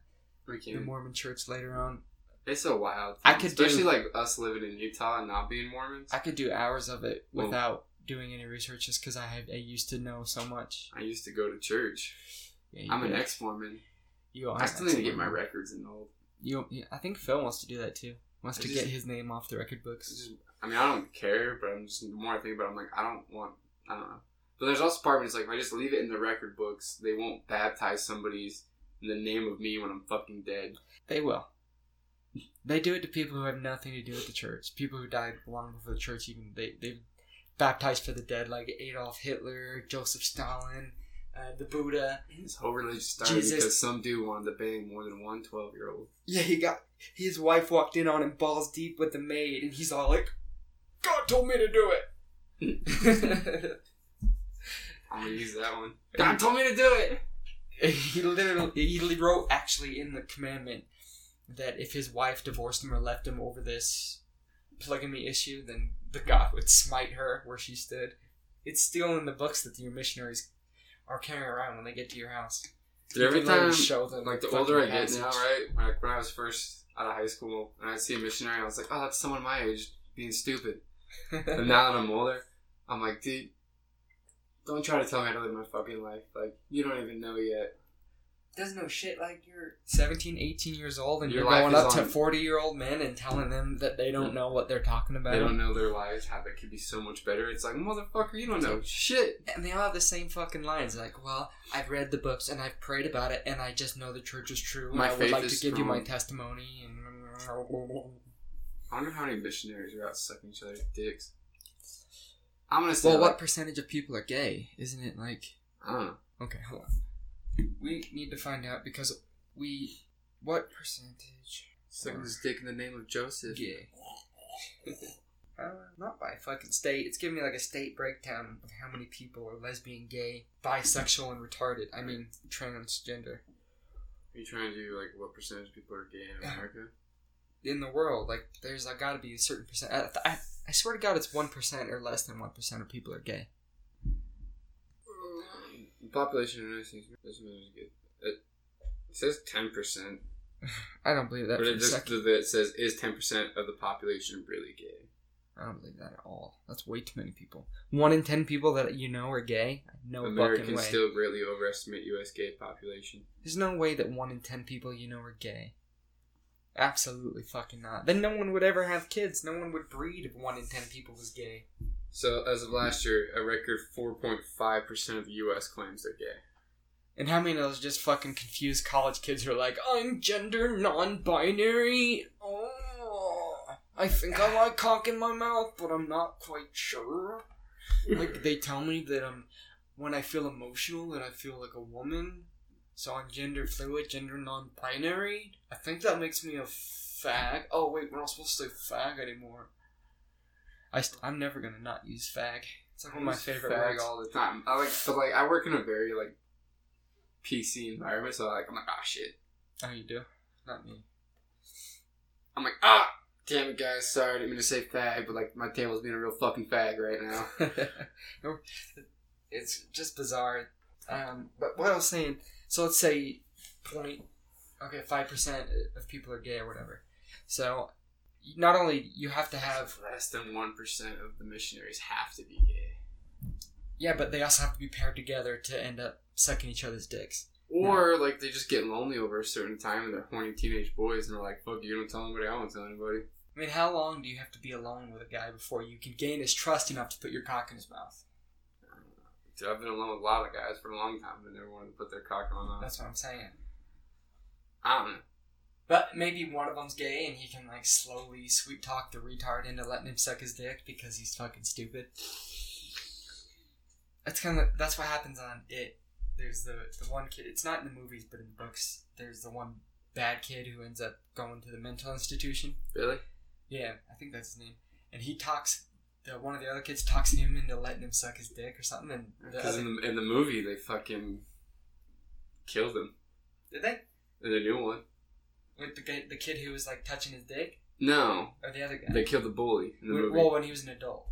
We
the
can.
Mormon Church later on.
It's a wild. Thing.
I could do-
especially like us living in Utah and not being Mormons.
I could do hours of it
Well-
without doing any research just because I have I used to know so much.
I used to go to church.
Yeah, you
I'm an
could-
ex Mormon.
You are
I still need to get my
record.
records enrolled.
You, yeah, I think Phil wants to do that too. Wants
I
to
just-
get his name off the record books.
It's just- I mean, I don't care, but I'm just the more I think about, it, I'm like, I don't want. I don't know. But there's also part of me that's like, if I just leave it in the record books, they won't baptize somebody's in the name of me when I'm fucking dead.
They will. They do it to people who have nothing to do with the church. People who died long before the church even they they baptized for the dead, like Adolf Hitler, Joseph Stalin, uh, the Buddha.
This whole religion started
Jesus.
because some dude wanted to bang more than one 12 year old.
Yeah, he got his wife walked in on him balls deep with the maid, and he's all like, "God told me to do it."
I'm gonna use that one. God told me to do it.
he literally he li- wrote actually in the commandment that if his wife divorced him or left him over this polygamy issue, then the God would smite her where she stood. It's still in the books that your missionaries are carrying around when they get to your house.
Dude, every
You can literally
time,
show them
like the
fucking
older I get
passage.
now, right? When I, when I was first out of high school and I'd see a missionary, I was like, oh, that's someone my age being stupid. But now that I'm older, I'm like, dude, don't try to tell me how to live my fucking life. Like, you don't even know yet.
There's no shit like you're 17, 18 years old and
Your
you're
life
going
is
up to
on-
40 year old men and telling them that they don't know what they're talking about.
They don't know their lives, how they could be so much better. It's like, motherfucker, you don't know shit.
And they all have the same fucking lines. Like, well, I've read the books and I've prayed about it, and I just know the church is true. and
My
I would
faith
like
is
to give you my
strong.
testimony. And
I wonder how many missionaries are out sucking each other's dicks. I'm gonna say,
well,
like,
what percentage of people are gay? Isn't it like?
I don't know.
Okay, hold on. We need to find out because we. What percentage?
Sucking this dick in the name of Joseph.
Gay. Uh, not by fucking state. It's giving me like a state breakdown of how many people are lesbian, gay, bisexual, and retarded. I mean, transgender.
Are you trying to do like what percentage of people are gay in America?
in the world. Like, there's like, got to be a certain percent. I, I, I swear to God, it's one percent or less than one percent of people are gay.
The population of the United States doesn't really get it. It says ten percent,
I don't believe that
but
for
it
a
just
second.
that it says is ten percent of the population really gay.
I don't believe that at all. That's way too many people. One in ten people that you know are gay. No fucking
Americans
way.
still greatly overestimate U.S. gay population.
There's no way that one in ten people you know are gay. Absolutely fucking not. Then no one would ever have kids. No one would breed if one in ten people was gay.
So as of last year, a record four point five percent of the U.S. claims they're gay.
And how many of those just fucking confused college kids who are like, I'm gender non binary. Oh, I think I like cock in my mouth, but I'm not quite sure. Like, they tell me that I'm, when I feel emotional, that I feel like a woman. So I'm gender fluid, gender non binary. I think that makes me a fag. Oh, wait, we're not supposed to say fag anymore. I st- I'm never gonna not use fag. It's like one of my favorite
Fag
words.
all the time. I like, but like I work in a very like PC environment, so like I'm like ah shit.
Oh, you do? Not me.
I'm like, ah, damn it, guys. Sorry, I didn't mean to say fag, but like my table's being a real fucking fag right now.
it's just bizarre. Um, but what I was saying, so let's say point, okay, five percent of people are gay or whatever. So not only you have to have,
Less than one percent of the missionaries have to be gay,
yeah, but they also have to be paired together to end up sucking each other's dicks.
or like they just get lonely over a certain time, and they're horny teenage boys, and they're like, fuck, you don't tell anybody, I won't tell anybody.
I mean, how long do you have to be alone with a guy before you can gain his trust enough to put your cock in his mouth?
Dude, I've been alone with a lot of guys for a long time, but never wanted to put their cock on us.
That's what I'm saying.
I don't know.
But maybe one of them's gay and he can like slowly sweet talk the retard into letting him suck his dick because he's fucking stupid. That's kind of that's what happens on it. There's the the one kid. It's not in the movies, but in the books. There's the one bad kid who ends up going to the mental institution.
Really?
Yeah, I think that's his name. And he talks. The, one of the other kids talks him into letting him suck his dick or something. And the
Because
other,
in the, in the movie, they fucking killed him
did they?
in the new one.
With the guy- the kid who was like touching his dick,
No,
or the other guy.
they killed the bully in the
When-
movie.
well, when he was an adult.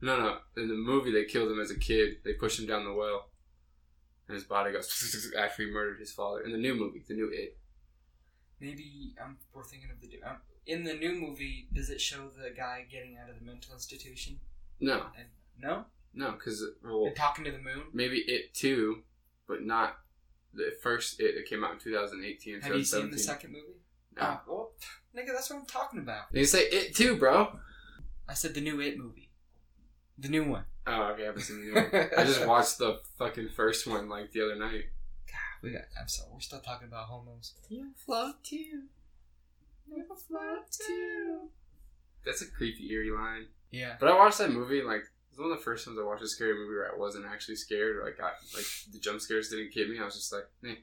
No, no. In the movie, they killed him as a kid. They pushed him down the well, and his body goes after he murdered his father. In the new movie, the new It.
Maybe um, we're thinking of the dude. Um, in the new movie, does it show the guy getting out of the mental institution?
No,
And no,
no, because well,
and talking to the moon.
maybe it too, but not the first. It, it came out in 2018. and
Have you seen the
2017.
second movie?
No.
Ah, well, nigga, that's what I'm talking about.
They say it too, bro.
I said the new It movie, the new one.
Oh, okay, I haven't seen the new one. I just watched the fucking first one like the other night.
We got. I'm sorry. We're still talking about homos.
You float too. You float too. That's a creepy, eerie line.
Yeah.
But I watched that movie like it was one of the first times I watched a scary movie where I wasn't actually scared or like I like the jump scares didn't get me. I was just like, eh.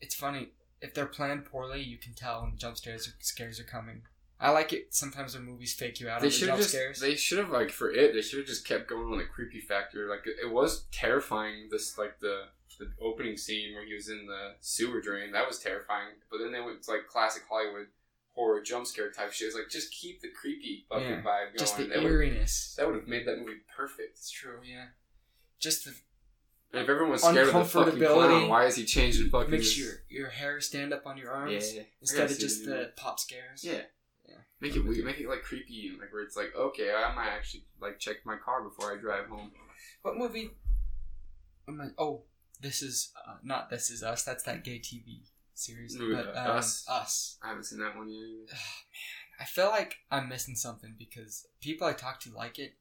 it's funny if they're planned poorly you can tell when the jump scares are, scares are coming i like it sometimes when movies fake you out
they
on the
should
jump
have just
scares
they should have like for it they should have just kept going on the creepy factor. Like it, it was terrifying. This like the the opening scene where he was in the sewer drain that was terrifying. But then they went to like classic Hollywood horror jump scare type shit. It's like just keep the creepy fucking
Yeah,
vibe going.
just the
that would
eeriness
that would have made that movie perfect.
it's true yeah just the
And if everyone's scared of the fucking clown,
Uncomfortability.
why is he changing fucking?
makes your your hair stand up on your
Yeah,
arms
yeah. I
instead
gotta
of
see
just
the new
the
one.
pop scares
Yeah.
Yeah.
Make it weird. Make it like creepy and like where it's like, okay, I might actually like check my car before I drive home.
what movie am I- oh this is uh, not this is us that's that gay tv series
Movie,
but,
uh,
um,
Us.
us
I haven't seen that one yet. either.
i feel like i'm missing something because people i talk to like it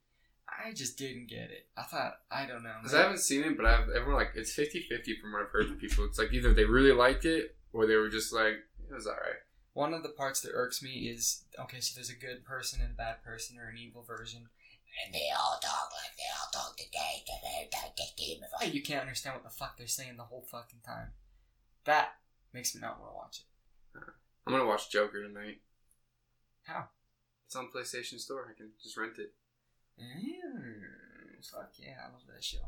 i just didn't get it i thought i don't know
Cause I haven't seen it, but I've everyone like it's 50-50 from what I've heard from people. It's like either they really liked it or they were just like it was alright.
One of the parts that irks me is okay, so there's a good person and a bad person or an evil version. And they all talk like they all talk to gay, and they talk to demons. Oh, you can't understand what the fuck they're saying the whole fucking time. That makes me not want to watch it.
I'm gonna watch Joker tonight.
How?
It's on PlayStation Store. I can just rent it.
Mm, fuck yeah, I love that show.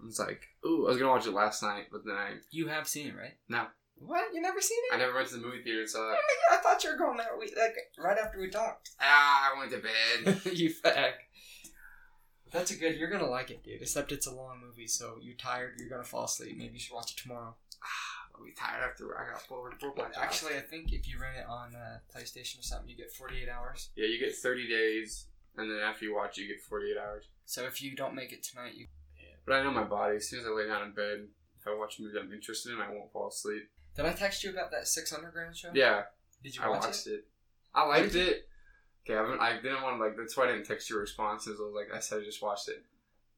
I was like, ooh, I was gonna watch it last night, but then I
You have seen it, right?
no,
What? You never seen it?
I never went to the movie theater and saw
Oh
it.
my God, I thought you were going that week, like right after we talked.
Ah, I went to bed.
you fag. That's a good. You're gonna like it, dude. Except it's a long movie, so you're tired. You're gonna fall asleep. Maybe you should watch it tomorrow.
I'll be tired after I got bored. Actually,
Actually, I think if you rent it on uh, PlayStation or something, you get 48 hours.
yeah, you get 30 days, and then after you watch, it, you get 48 hours.
So if you don't make it tonight, you
But I know my body. As soon as I lay down in bed, if I watch a movie I'm interested in, I won't fall asleep.
did I text you about that Six Underground show?
Yeah,
Did you
I
watch
watched
it?
it. I liked
What did
it. Okay, I, haven't, I didn't want to like. That's why I didn't text your responses. I was like, I said I just watched it.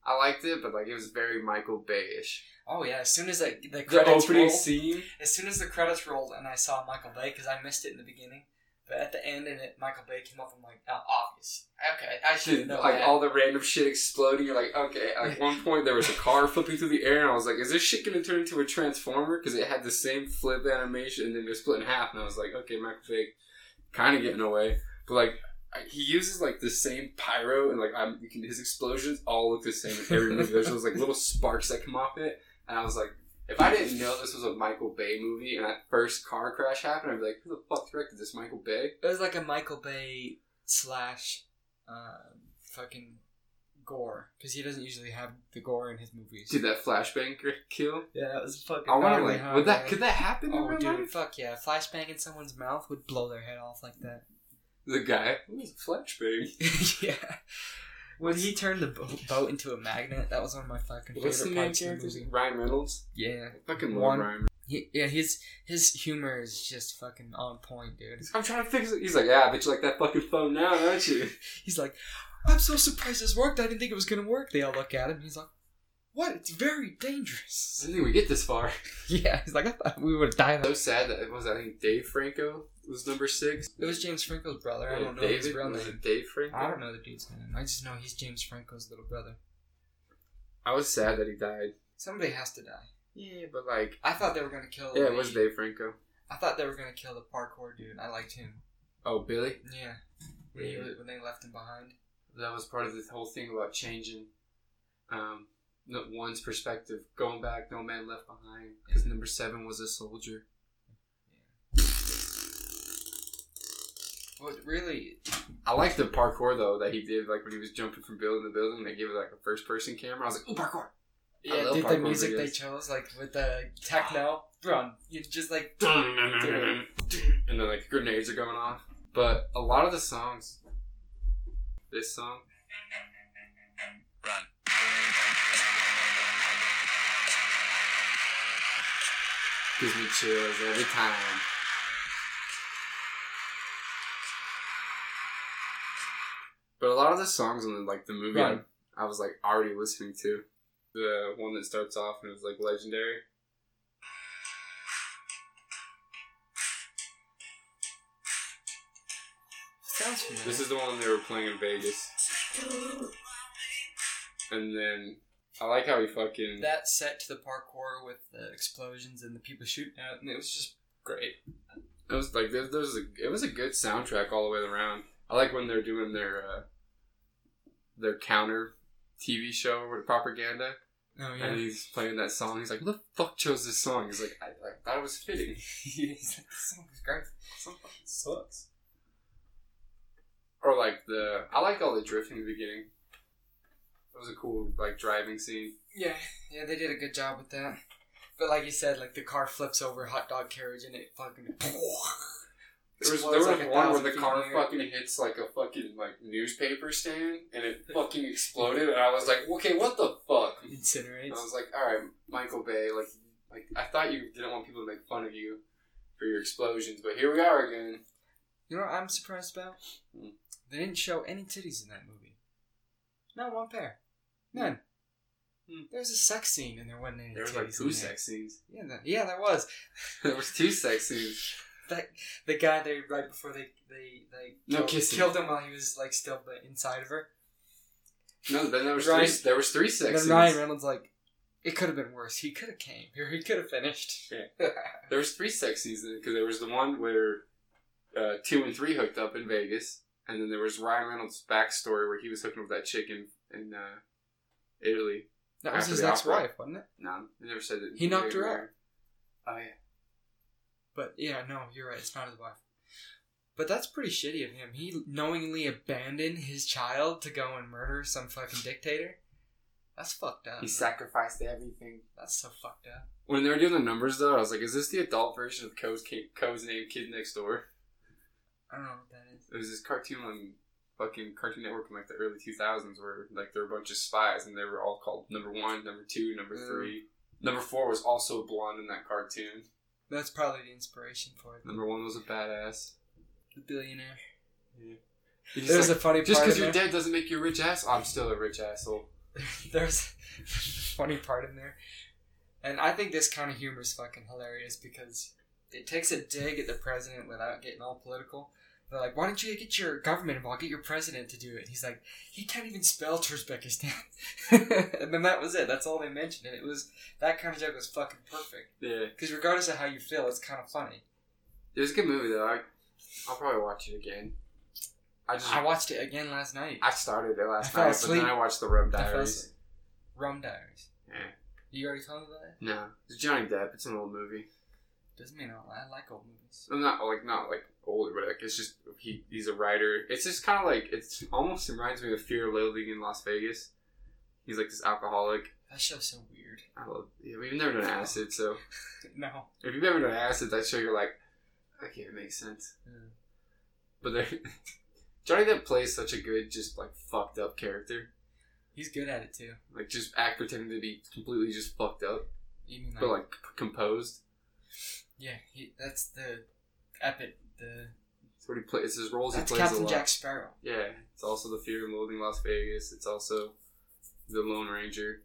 I liked it, but like it was very Michael Bay-ish.
Oh yeah. As soon as like the
The
credits
opening
rolled,
scene.
as soon as the credits rolled, and I saw Michael Bay because I missed it in the beginning, but at the end, and it Michael Bay came up. I'm like, oh, obvious. Okay, I should
Dude,
know
like
that.
all the random shit exploding. You're like, okay. At one point, there was a car flipping through the air, and I was like, is this shit gonna turn into a transformer? Because it had the same flip animation, and then they're split in half, and I was like, okay, Michael Bay, kind of getting away, but like. I- He uses like the same pyro and like I'm, you can, his explosions all look the same in every movie. There's those like little sparks that come off it, and I was like, if I didn't know this was a Michael Bay movie and that first car crash happened, I'd be like, who the fuck directed this? Michael Bay?
It was like a Michael Bay slash um, fucking gore because he doesn't usually have the gore in his movies.
Dude, that flashbang kill.
Yeah, that was fucking.
I want to
gnarly,
like.
huh,
Would that
man?
could that happen in
Oh,
real
dude,
life?
fuck yeah! Flashbang in someone's mouth would blow their head off like that.
The guy. Ooh, it's a flashbang.
yeah. When he turned the bo- boat into a magnet, that was one of my fucking
What's the
favorite
main
parts of the
character?
movie.
Ryan Reynolds.
Yeah,
I fucking love
One-
Ryan. Reynolds.
he, yeah, his his humor is just fucking on point, dude.
I'm trying to fix it. He's like, yeah, I bet you like that fucking phone now, don't you?
He's like, I'm so surprised this worked. I didn't think it was gonna work. They all look at him. He's like, What? It's very
I
dangerous.
didn't think we get this far.
Yeah, he's like, I thought we would have died.
So sad that it was. I think Dave Franco was number six.
It was James Franco's brother. I don't know
David,
his real
was
name.
it Dave Franco.
I don't know the dude's name. I just know he's James Franco's little brother.
I was sad that he died.
Somebody has to die.
Yeah, but like,
I thought they were gonna kill.
yeah,
the-
it was Dave Franco.
I thought they were gonna kill the parkour dude. I liked him.
Oh, Billy.
Yeah. When, he
Yeah.
was, when they left him behind.
That was part of the whole thing about changing. Um. no- One's perspective, going back, no man left behind, because number seven was a soldier.
Well, really,
I like the parkour though that he did, like when he was jumping from building to building. They gave it like a first person camera. I was like, "Ooh, parkour!" I
Yeah,
love
dude, the
parkour
music they
videos.
chose, like with the techno, bro, you just like
and then like grenades are going off. But a lot of the songs, this song,
Run.
gives me chills every time. But a lot of the songs in like the movie, I,
Right.
I was like already listening to. The one that starts off and it was like legendary.
sounds familiar.
This is the one they were playing in Vegas, and then I like how he fucking
that set to the parkour with the explosions and the people shooting out, and it was just great.
It was like there, there was a it was a good soundtrack all the way around. I like when they're doing their uh, their counter TV show with propaganda,
Oh
and
yeah,
he's playing that song. He's like, "Who the fuck chose this song?" He's like, "I, I thought it was fitting."
He's like, this song was great.
Sucks. Or like the I like all the drifting in the beginning. It was a cool like driving scene.
Yeah, yeah, they did a good job with that. But like you said, like the car flips over a hot dog carriage and it fucking.
There was, there
Explodes
was
like a
one where
thousand
the
feet
car
in the air.
fucking hits like a fucking like newspaper stand and it fucking exploded and I was like, okay, what the fuck?
incinerates.
And I was like, all right, Michael Bay, like, like I thought you didn't want people to make fun of you for your explosions, but here we are again.
You know what I'm surprised about?
Hmm.
They didn't show any titties in that movie. Not one pair. None.
Hmm.
There was a sex scene and there wasn't any
There was
titties
like
in
two
there.
sex scenes.
Yeah, that, yeah, there was.
there was two sex scenes.
That the guy they right before they they they
No
killed,
kissing.
killed him while he was like still but inside of her.
No, then there was
Ryan-
three. There was three sex
And then
scenes.
Ryan Reynolds like, it could have been worse. He could have came or he could have finished.
There was three sex scenes because there was the one where uh, two and three hooked up in Vegas, and then there was Ryan Reynolds' backstory where he was hooking up with that chick in, in uh, Italy.
that was
After
his
the
ex
opera.
wife, wasn't it?
No, they never said that.
He knocked her out.
Oh yeah.
But yeah, no, you're right. It's not his wife. But that's pretty shitty of him. He knowingly abandoned his child to go and murder some fucking dictator. That's fucked up.
He sacrificed everything.
that's so fucked up.
When they were doing the numbers, though, I was like, "Is this the adult version of Co's, Ki- Co's name Kid Next Door?"
I don't know what that is.
It was this cartoon on fucking Cartoon Network in like the early two thousands, where like there were a bunch of spies, and they were all called number one, number two, number
Mm.
three. Number four was also blonde in that cartoon.
That's probably the inspiration for it.
Number one was a badass.
The billionaire.
He's
There's
like,
a funny
just
part.
because
in
you're
there.
dead doesn't make you a rich ass. I'm still a rich asshole.
There's a funny part in there, and I think this kind of humor is fucking hilarious because it takes a dig at the president without getting all political. They're like, "Why don't you get your government involved? Get your president to do it." He's like, "He can't even spell Uzbekistan." and then that was it. That's all they mentioned, and it was that kind of joke was fucking perfect
Yeah,
because regardless of how you feel, it's kind of funny.
it was a good movie though. I, I'll probably watch it again. I just
I
I,
watched it again last night.
started it
I
last
fell
night, but
asleep.
then I watched the Rum
I fell
Diaries.
asleep. Rum Diaries.
Yeah.
You already told me about that.
No, it's Johnny Depp. It's an old movie.
Doesn't mean I don't. I like old movies.
I'm not like not like old, but like it's just he he's a writer. It's just kind of like it's almost reminds me of Fear of Loathing in Las Vegas. He's like this alcoholic.
That show's so weird.
I love. Yeah, we've never done acid, so
no.
if you've ever done acid, that show you're like, okay, it makes sense.
Yeah.
But there, Johnny Depp plays such a good, just like fucked up character.
He's good at it too.
Like just act pretending to be completely just fucked up,
Even like,
but like c- composed.
yeah, he, that's the epic. The
It's what he plays. It's his roles
that's
he plays a
Captain
lot.
Jack Sparrow.
Yeah, it's also the Fear and Loathing in Las Vegas. It's also the Lone Ranger.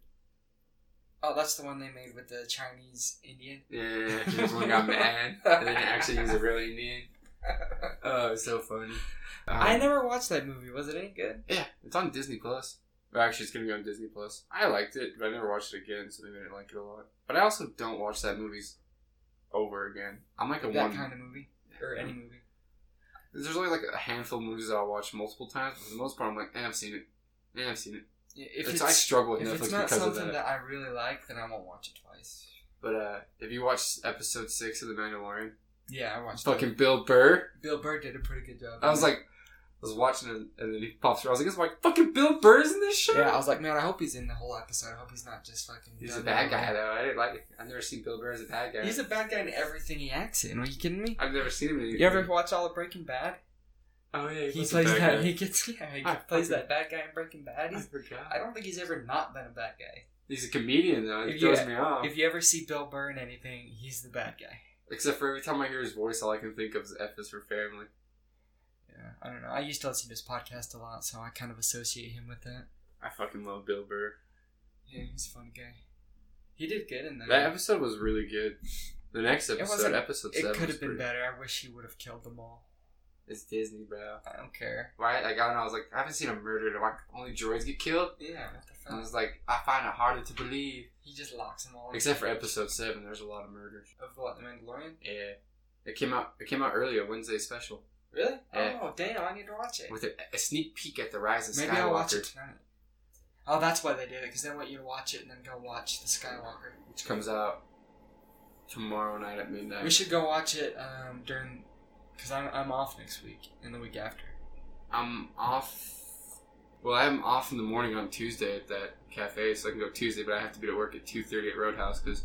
Oh, that's the one they made with the Chinese Indian.
Yeah, this one got mad, and then actually he's a real Indian. Oh, it's so funny. Um,
I never watched that movie. Was it any good?
Yeah, it's on Disney Plus. Or actually, it's gonna be on Disney Plus. I liked it, but I never watched it again, so maybe I didn't like it a lot. But I also don't watch that movies over again. I'm like a
That
one.
kind of movie or any movie.
There's only like a handful of movies that I'll watch multiple times. But for the most part, I'm like, eh, I've seen it. Eh, I've seen it.
Yeah, If
it's,
it's,
I struggle with
if
Netflix
it's not
because of
something
that.
that. I really like, then I won't watch it twice.
But uh, if you watch episode six of The Mandalorian,
Yeah, I watched.
fucking Bill Burr,
it. Bill Burr did a pretty good job.
I was like, was watching and, and then he pops through. I was like, it's like fucking Bill Burr is in this show.
Yeah, I was like, man, I hope he's in the whole episode. I hope he's not just fucking.
He's a
done
bad
that
guy though. I didn't like it. I've never seen Bill Burr as a bad
way.
guy.
He's a bad guy in everything he acts in. Are you kidding me?
I've never seen him. In
You ever
anything.
watch all of Breaking Bad?
Oh yeah,
He
was a
plays
bad
that.
guy.
He gets yeah. He
I fucking-
plays that bad guy in Breaking Bad.
I
He's,
forgot.
I don't think he's ever not been a bad guy.
He's a comedian though. It
If you-
throws me off.
If you ever see Bill Burr in anything, he's the bad guy.
Except for every time I hear his voice, all I can think of is F is for family.
Yeah, I don't know. I used to listen to his podcast a lot, so I kind of associate him with that.
I fucking love Bill Burr.
Yeah, he's a fun guy. He did good in that.
That episode was really good. The next episode,
wasn't-
episode
it
seven,
could
was
have been
pretty-
better. I wish he would have killed them all.
It's Disney, bro.
I don't care.
Right? Like I don't know. I was like, I haven't seen a murder. Do I, only droids get killed?
Yeah, what the fuck?
And I was like, I find it harder to believe.
he just locks them all. in.
Except for episode seven, there's a lot of murders.
of what the Mandalorian.
Yeah, it came out. It came out earlier, Wednesday special,
Really?
Yeah.
Oh damn! I need to watch it.
with a, a sneak peek at the rise of
Maybe
Skywalker.
I'll watch it tonight. Oh, that's why they did it, because they want you to watch it and then go watch the Skywalker.
which comes out tomorrow night at midnight.
We should go watch it um, during, because I'm, I'm off next week and the week after.
I'm off. Well, I'm off in the morning on Tuesday at that cafe, so I can go Tuesday. But I have to be to work at two thirty at Roadhouse because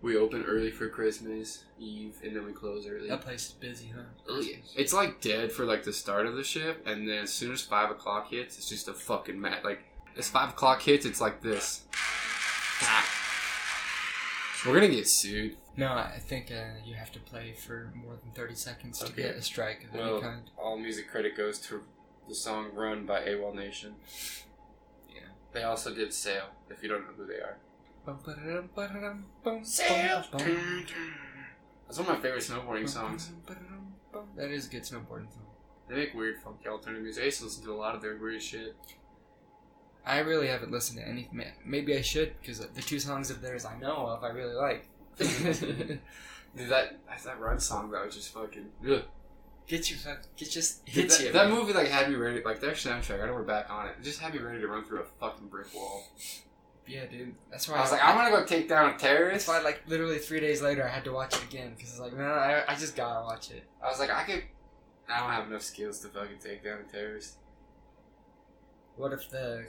we open early for Christmas Eve, and then we close early.
That place is busy, huh?
Oh, yeah. It's like dead for like the start of the shift, and then as soon as five o'clock hits, it's just a fucking mat. Like as five o'clock hits, it's like this. Ah. We're gonna get sued.
No, I think uh, you have to play for more than 30 seconds to
Okay.
get a strike of
Well-
any kind.
All music credit goes to the song "Run" by AWOL Nation.
Yeah.
They also did "Sail." If you don't know who they are,
Bum, ba-da-dum, ba-da-dum, bum, bum, bum,
That's one of my favorite snowboarding songs.
bum, ba-da-dum, bum. That is a good snowboarding song.
They make weird, funky alternative music. I used to listen to a lot of their weird shit.
I really haven't listened to any. ma- Maybe I should, because the two songs of theirs I know of, I really like.
Dude, that that's that run song that was just fucking. Ugh.
get you, fuck- get just
Dude,
hits
that,
you.
that
man.
movie like had me ready. Like their soundtrack, I know we're back on it. Just had me ready to run through a fucking brick wall.
Yeah, dude. That's why
I was like, I want to go take down a
That's
terrorist.
why,
I
like, literally three days later, I had to watch it again because it's like, man, I, I just gotta watch it.
was like, I could. I don't have enough skills to fucking take down a terrorist.
What if the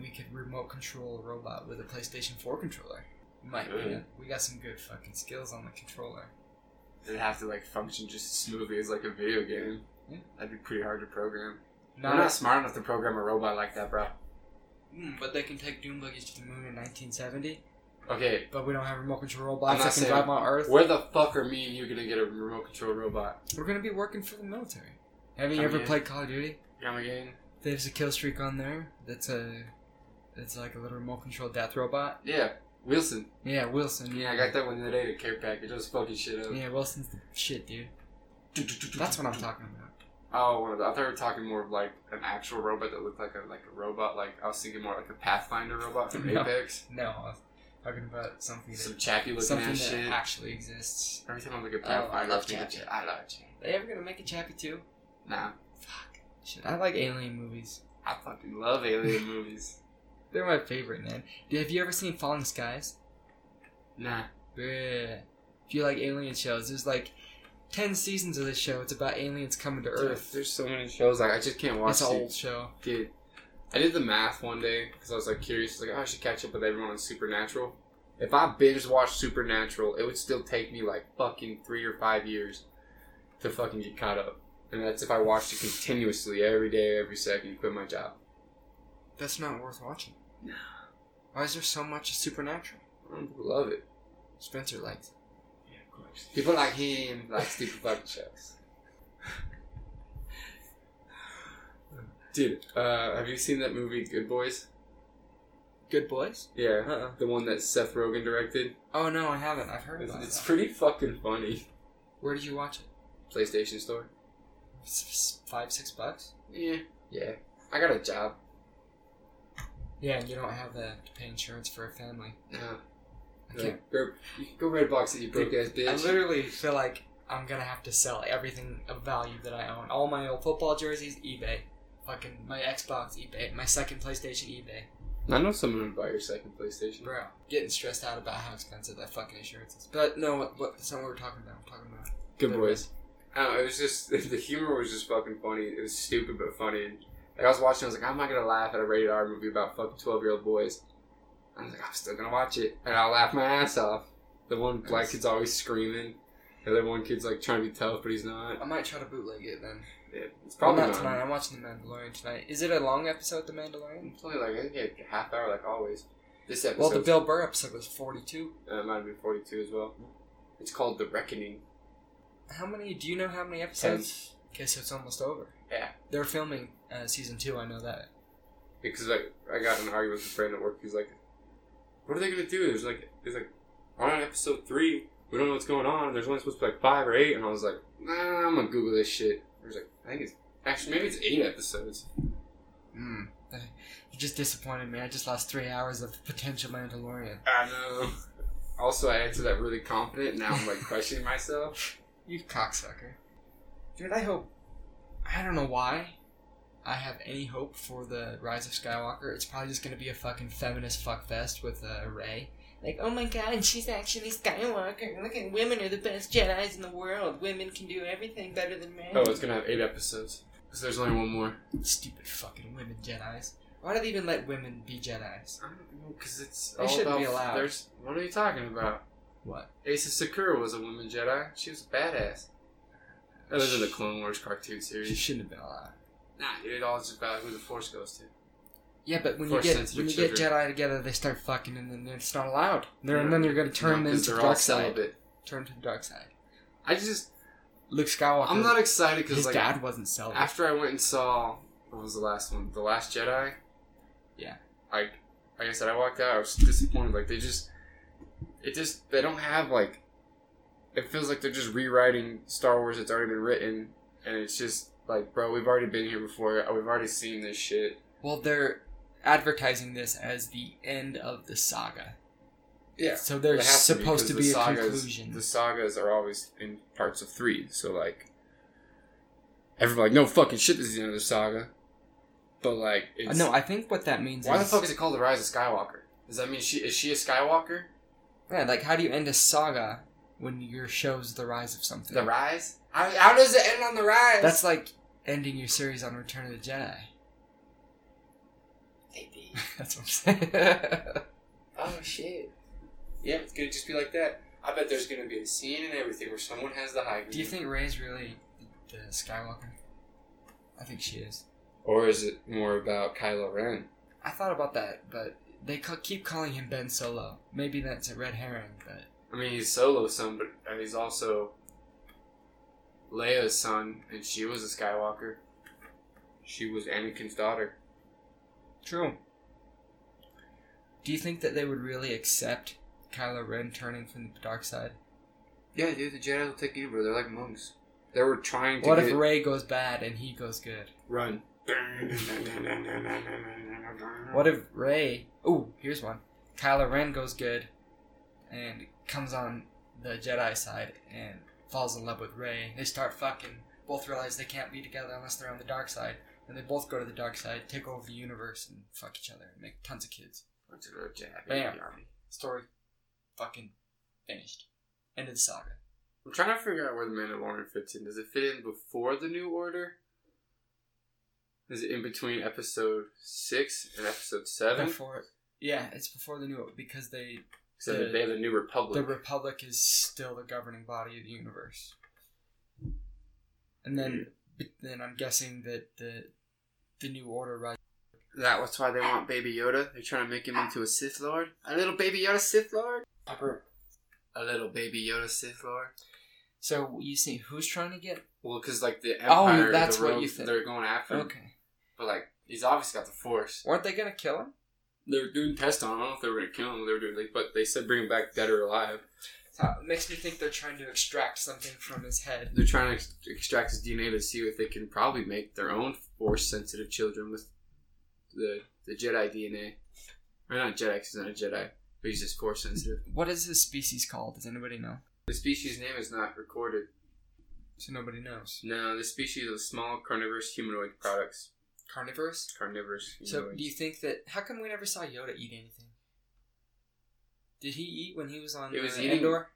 we could remote control a robot with a PlayStation Four controller? We might.
Good.
yeah. We got some good fucking skills on the controller.
It'd have to like function just as smoothly as like a video game.
Yeah.
That'd be pretty hard to program.
Not,
We're not smart enough to program a robot like that, bro.
Mm, but they can take dune buggies to the moon in 1970.
Okay,
But we don't have remote control
I'm not
robots that can
saying-
drive on Earth.
Where the fuck are me and you gonna get a remote control robot?
We're gonna be working for the military. Have you
Come
ever
in.
played Call of Duty?
Come again?
There's a kill streak on there. That's a, it's like a little remote control death robot.
Yeah, Wilson.
Yeah, Wilson.
Yeah, I got that one the other day. The care package. I was fucking shit up.
Yeah, Wilson's the shit, dude. That's what I'm talking about.
Oh, one of the, I thought we were talking more of like an actual robot that looked like a like a robot. Like I was thinking more like a Pathfinder robot from
No.
Apex.
No, I was talking about something
Some
that,
chappy looking
something that
ass shit.
actually exists.
Every time I look at
Oh, I
Pathfinder,
love
think of
Chappy.
Ch- I love Chappy.
They ever gonna make a Chappie too?
Nah,
Fuck. Shit, I like alien movies.
I fucking love alien movies.
They're my favorite, man. Dude, have you ever seen Falling Skies?
Nah,
Bruh. If you like alien shows, there's like ten seasons of this show. It's about aliens coming to
Earth.
Earth.
There's so many shows like I just can't watch.
It's an
these.
old show.
Dude, I did the math one day because I was like curious. Like, oh, I should catch up with everyone on Supernatural. If I binge watched Supernatural, it would still take me like fucking three or five years to fucking get caught up. And that's if I watched it continuously every day, every second, quit my job.
That's not worth watching.
No.
Why is there so much supernatural?
I don't love it.
Spencer likes.
Yeah, of course. People like him like stupid fucking shows. Dude, uh, have you seen that movie Good Boys?
Good Boys.
Yeah.
Uh.
The one that Seth Rogen directed?
Oh no, I haven't. I've heard
It's,
about
it's
it.
pretty fucking funny.
Where did you watch it?
PlayStation store?
S- Five, six bucks.
Yeah. Yeah. I got a job.
Yeah, and you don't have uh, to pay insurance for a family.
No.
I
No.
can't-
Go, you can go red box it, you broke ass
I
bitch.
literally feel like I'm gonna have to sell everything of value that I own. All my old football jerseys, eBay. Fucking my Xbox, eBay. My second PlayStation, eBay.
I know someone would buy your second PlayStation.
Bro, getting stressed out about how expensive that fucking insurance is. But no, what, what, that's not what we're talking about. I'm talking about
Good boys. I don't know, it was just the humor was just fucking funny. It was stupid but funny. Like I was watching, I was like, I'm not gonna laugh at a rated R movie about fucking twelve year old boys. I was like, I'm still gonna watch it, and I'll laugh my ass off. The one black kid's always screaming. The other one kid's like trying to be tough, but he's not.
I might try to bootleg it then.
Yeah, it's probably
Well,
not.
not tonight. I'm watching The Mandalorian tonight. Is it a long episode, The Mandalorian?
It's only like I think a half hour, like always. This episode,
Well, the Bill Burr episode was 42.
uh, might have been forty two as well. It's called The Reckoning.
How many? Do you know how many
And
episodes? Okay, so it's almost over.
Yeah.
They're filming uh, season two. I know that.
because like I got in an argument with a friend at work. He's like, "What are they gonna do?" There's like, he's like, "We're on episode three. We don't know what's going on. There's only supposed to be like five or eight. And I was like, "Nah, I'm gonna Google this shit." I was like, "I think it's actually maybe it's eight episodes." Hmm.
Mm. You just disappointed me. I just lost three hours of potential Mandalorian.
I know. Also, I answered that really confident. Now I'm like questioning myself.
You cocksucker. Dude, I hope. I don't know why I have any hope for the Rise of Skywalker. It's probably just gonna be a fucking feminist fuckfest with uh, Rey. Like, oh my god, she's actually Skywalker. Look at women are the best Jedi's in the world. Women can do everything better than men.
Oh, it's gonna have eight episodes because there's only one more.
Stupid fucking women Jedi's. Why do they even let women be Jedi's?
I don't know because it's
They
all
shouldn't
about.
be allowed.
There's what are you talking about?
What?
Asa Sakura was a woman Jedi. She was a badass. That was in the Clone Wars cartoon
She
series.
shouldn't have been allowed.
Nah, dude, it all is about who the Force goes to.
Yeah, but when
Force
you get
sensitive
when you get
children.
Jedi together, they start fucking, and then it's not allowed. They're, And
No.
then you're gonna turn
No,
them
'cause
to the
they're all
dark side.
celibate.
Turn to the dark side.
I just,
Luke Skywalker.
I'm not excited because
his
like
dad wasn't celibate.
after I went and saw what was the last one, The Last Jedi.
Yeah.
I, like I said, I walked out. I was disappointed. Like they just, it just they don't have like, it feels like they're just rewriting Star Wars that's already been written, and it's just like, bro, we've already been here before. uh, We've already seen this shit.
Well, they're advertising this as the end of the saga.
Yeah.
So there's
There has to be,
supposed to
'cause
be,
the
a
sagas-
conclusion. Uh,
The sagas are always in parts of three, so like everybody like, no fucking shit, this is the end of the saga. But like,
Uh,
it's,
no, I think what that means.
why the
is,
fuck is it called the Rise of Skywalker? Does that mean she is she a Skywalker?
Yeah, like how do you end a saga when your show's the rise of something?
The rise? How, how does it end on the rise?
That's like ending your series on Return of the Jedi. That's what I'm saying.
oh shit. Yeah, it's gonna just be like that. I bet there's gonna be a scene and everything where someone has the high ground.
do you think Ray's really the Skywalker? I think she is.
or is it more about Kylo Ren?
I thought about that, but they ca- keep calling him Ben Solo. Maybe that's a red herring, but
I mean, he's Solo son, but uh, he's also Leia's son, and she was a Skywalker. She was Anakin's daughter.
True. Do you think that they would really accept Kylo Ren turning from the dark side?
Yeah, dude, the Jedi will take anybody. They're like monks. They were trying to
what
get
if Rey goes bad and he goes good?
run.
What if Rey? Ooh, here's one. Kylo Ren goes good and comes on the Jedi side and falls in love with Rey. They start fucking. Both realize they can't be together unless they're on the dark side, and they both go to the dark side, take over the universe, and fuck each other and make tons of kids. Bam. Story, fucking finished. End of the saga.
I'm trying to figure out where the Mandalorian fits in. Does it fit in before the New Order? Is it in between episode six and episode seven?
Before, yeah, it's before the new because they
So the, they have the New Republic.
the Republic is still the governing body of the universe, and then but then I'm guessing that the the new order right.
That was why they want Baby Yoda. They're trying to make him into a Sith Lord. A little Baby Yoda Sith Lord.
Pepper.
A little Baby Yoda Sith Lord.
So you see who's trying to get
Well, because like the Empire,
Oh, that's
the
what you
rogues,
think.
they're going after him.
okay?
But like he's obviously got the Force.
Weren't they gonna kill him?
They were doing tests on. him. I don't know if they were gonna kill him. They were doing, like, but they said bring him back dead or alive.
So it makes me think they're trying to extract something from his head.
They're trying to ex- extract his DNA to see if they can probably make their own Force sensitive children with the the Jedi DNA. Or not Jedi, 'cause he's not a Jedi, but he's just Force sensitive.
What is his species called? Does anybody know?
The species name is not recorded.
So nobody knows.
No, this species of small carnivorous humanoid products.
Carnivorous.
Carnivorous
So
humanoid.
do you think that? How come we never saw Yoda eat anything? Did he eat when he was on
He was
uh,
eating-
Endor?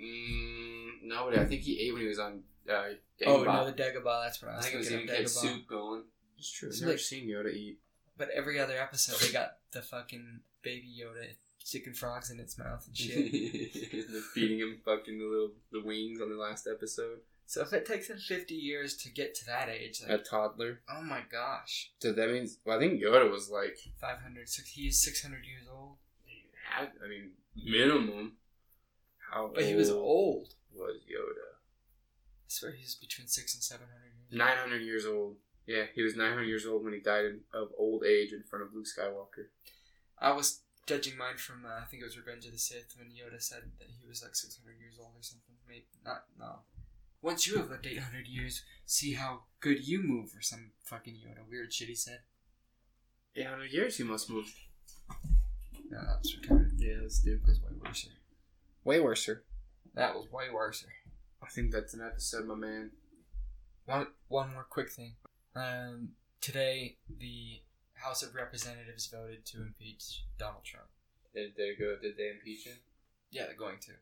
mm, no, but I think he ate when he was on Uh,
Oh,
Dagobah.
no, the Dagobah. That's what I
I
was
think it was
thinking
even
of.
get
Dagobah.
soup going.
It's true. I've
It's
never
like-
seen Yoda eat.
But every other episode, they got the fucking baby Yoda sticking frogs in its mouth and shit.
They're feeding him fucking the little the wings on the last episode.
so if it takes them 50 years to get to that age,
A
like,
toddler.
oh my gosh.
So that means well, I think Yoda was like
500, six, he is 600 years old.
I I mean minimum. How
But he was
Oh.
old.
was Yoda?
I swear he was between 6 and 700 years
Nine hundred years old. Yeah, he was nine hundred years old when he died of old age in front of Luke Skywalker.
I was judging mine from, uh, I think it was Revenge of the Sith, when Yoda said that he was like 600 years old or something. Maybe, not, no. Once you have lived 800 years, see how good you move, or some fucking Yoda weird shit he said.
Eight hundred years he must move.
No, that's retarded.
Yeah, that's stupid.
That's way worse.
Way worser.
That was way worse.
I think that's an episode, my man.
One, one more quick thing. Um, today, the House of Representatives voted to impeach Donald Trump.
Did they go? Did they impeach him
Yeah, they're going to.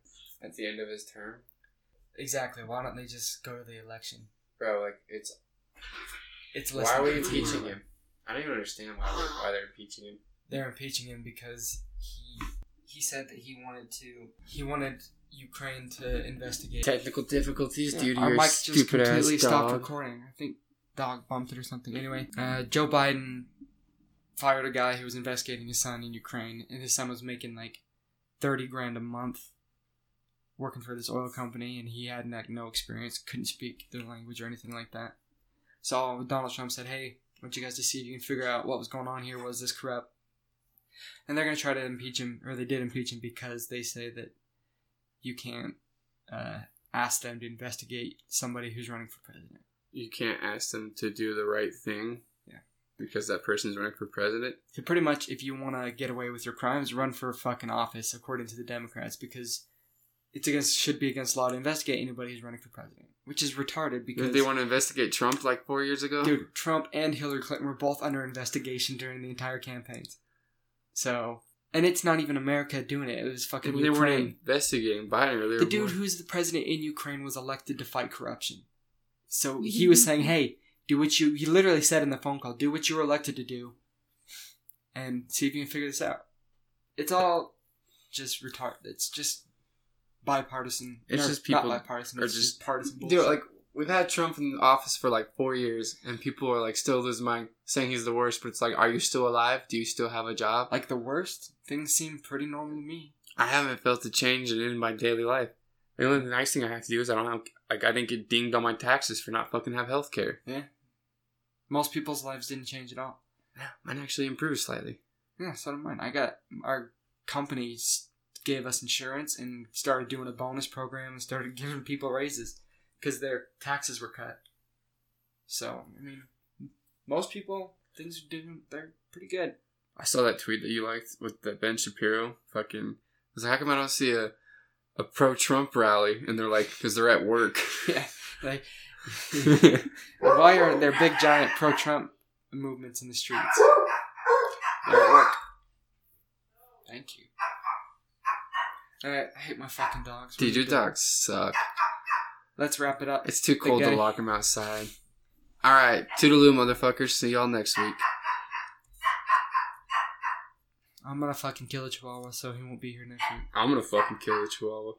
at the end of his term?
Exactly. Why don't they just go to the election?
Bro, like it's
It's less
why are
than-
we impeaching him? I don't even understand why they're, why they're impeaching him.
They're impeaching him because he he said that he wanted to he wanted Ukraine to investigate.
Technical difficulties
Yeah, our mic just completely stopped recording. I think dog bumped it or something. Anyway, uh, Joe Biden fired a guy who was investigating his son in Ukraine, and his son was making like thirty grand a month working for this oil company, and he had like no experience, couldn't speak their language or anything like that. So Donald Trump said, "Hey, I want you guys to see if you can figure out what was going on here. Was this corrupt?" And they're gonna try to impeach him, or they did impeach him because they say that you can't. Uh, ask them to investigate somebody who's running for president.
You can't ask them to do the right thing.
Yeah.
Because that person's running for president.
So pretty much, if you want to get away with your crimes, run for fucking office, according to the Democrats, because it's against should be against law to investigate anybody who's running for president, which is retarded because
Did they want to investigate Trump like four years ago?
dude, Trump and Hillary Clinton were both under investigation during the entire campaigns. So, and it's not even America doing it; it was
they
fucking
they weren't
Ukraine.
investigating Biden. Or they
The
were
dude
more-
who's the president in Ukraine was elected to fight corruption. So
Mm-hmm.
he was saying, "Hey, do what you." He literally said in the phone call, "Do what you were elected to do, and see if you can figure this out." It's all just retard. It's just bipartisan.
It's
or
just people
not bipartisan.
are
It's just,
just-
partisan. Bullshit.
dude, like we've had Trump in office for like four years, and people are like still losing mind, saying he's the worst. But it's like, are you still alive? Do you still have a job?
like the worst things seem pretty normal to me.
I haven't felt a change in my daily life. The only nice thing I have to do is I don't have like I didn't get dinged on my taxes for not fucking have health care.
Most people's lives didn't change at all.
Mine actually improved slightly.
Yeah, so did mine. I got our company s- gave us insurance and started doing a bonus program and started giving people raises because their taxes were cut. So I mean, most people things are doing they're pretty good.
I saw that tweet that you liked with the Ben Shapiro fucking. I was like, how come I don't see a a pro Trump rally? And they're like, because they're at work.
yeah, like why are there big giant pro Trump movements in the streets? They're at work. Thank you. All right, I hate my fucking dogs. What
Dude,
are
your
you doing?
dogs suck.
Let's wrap it up.
It's too cold to
Okay.
lock them outside. All right, toodaloo, motherfuckers. See y'all next week.
I'm gonna fucking kill a chihuahua so he won't be here next week.
I'm gonna fucking kill the chihuahua.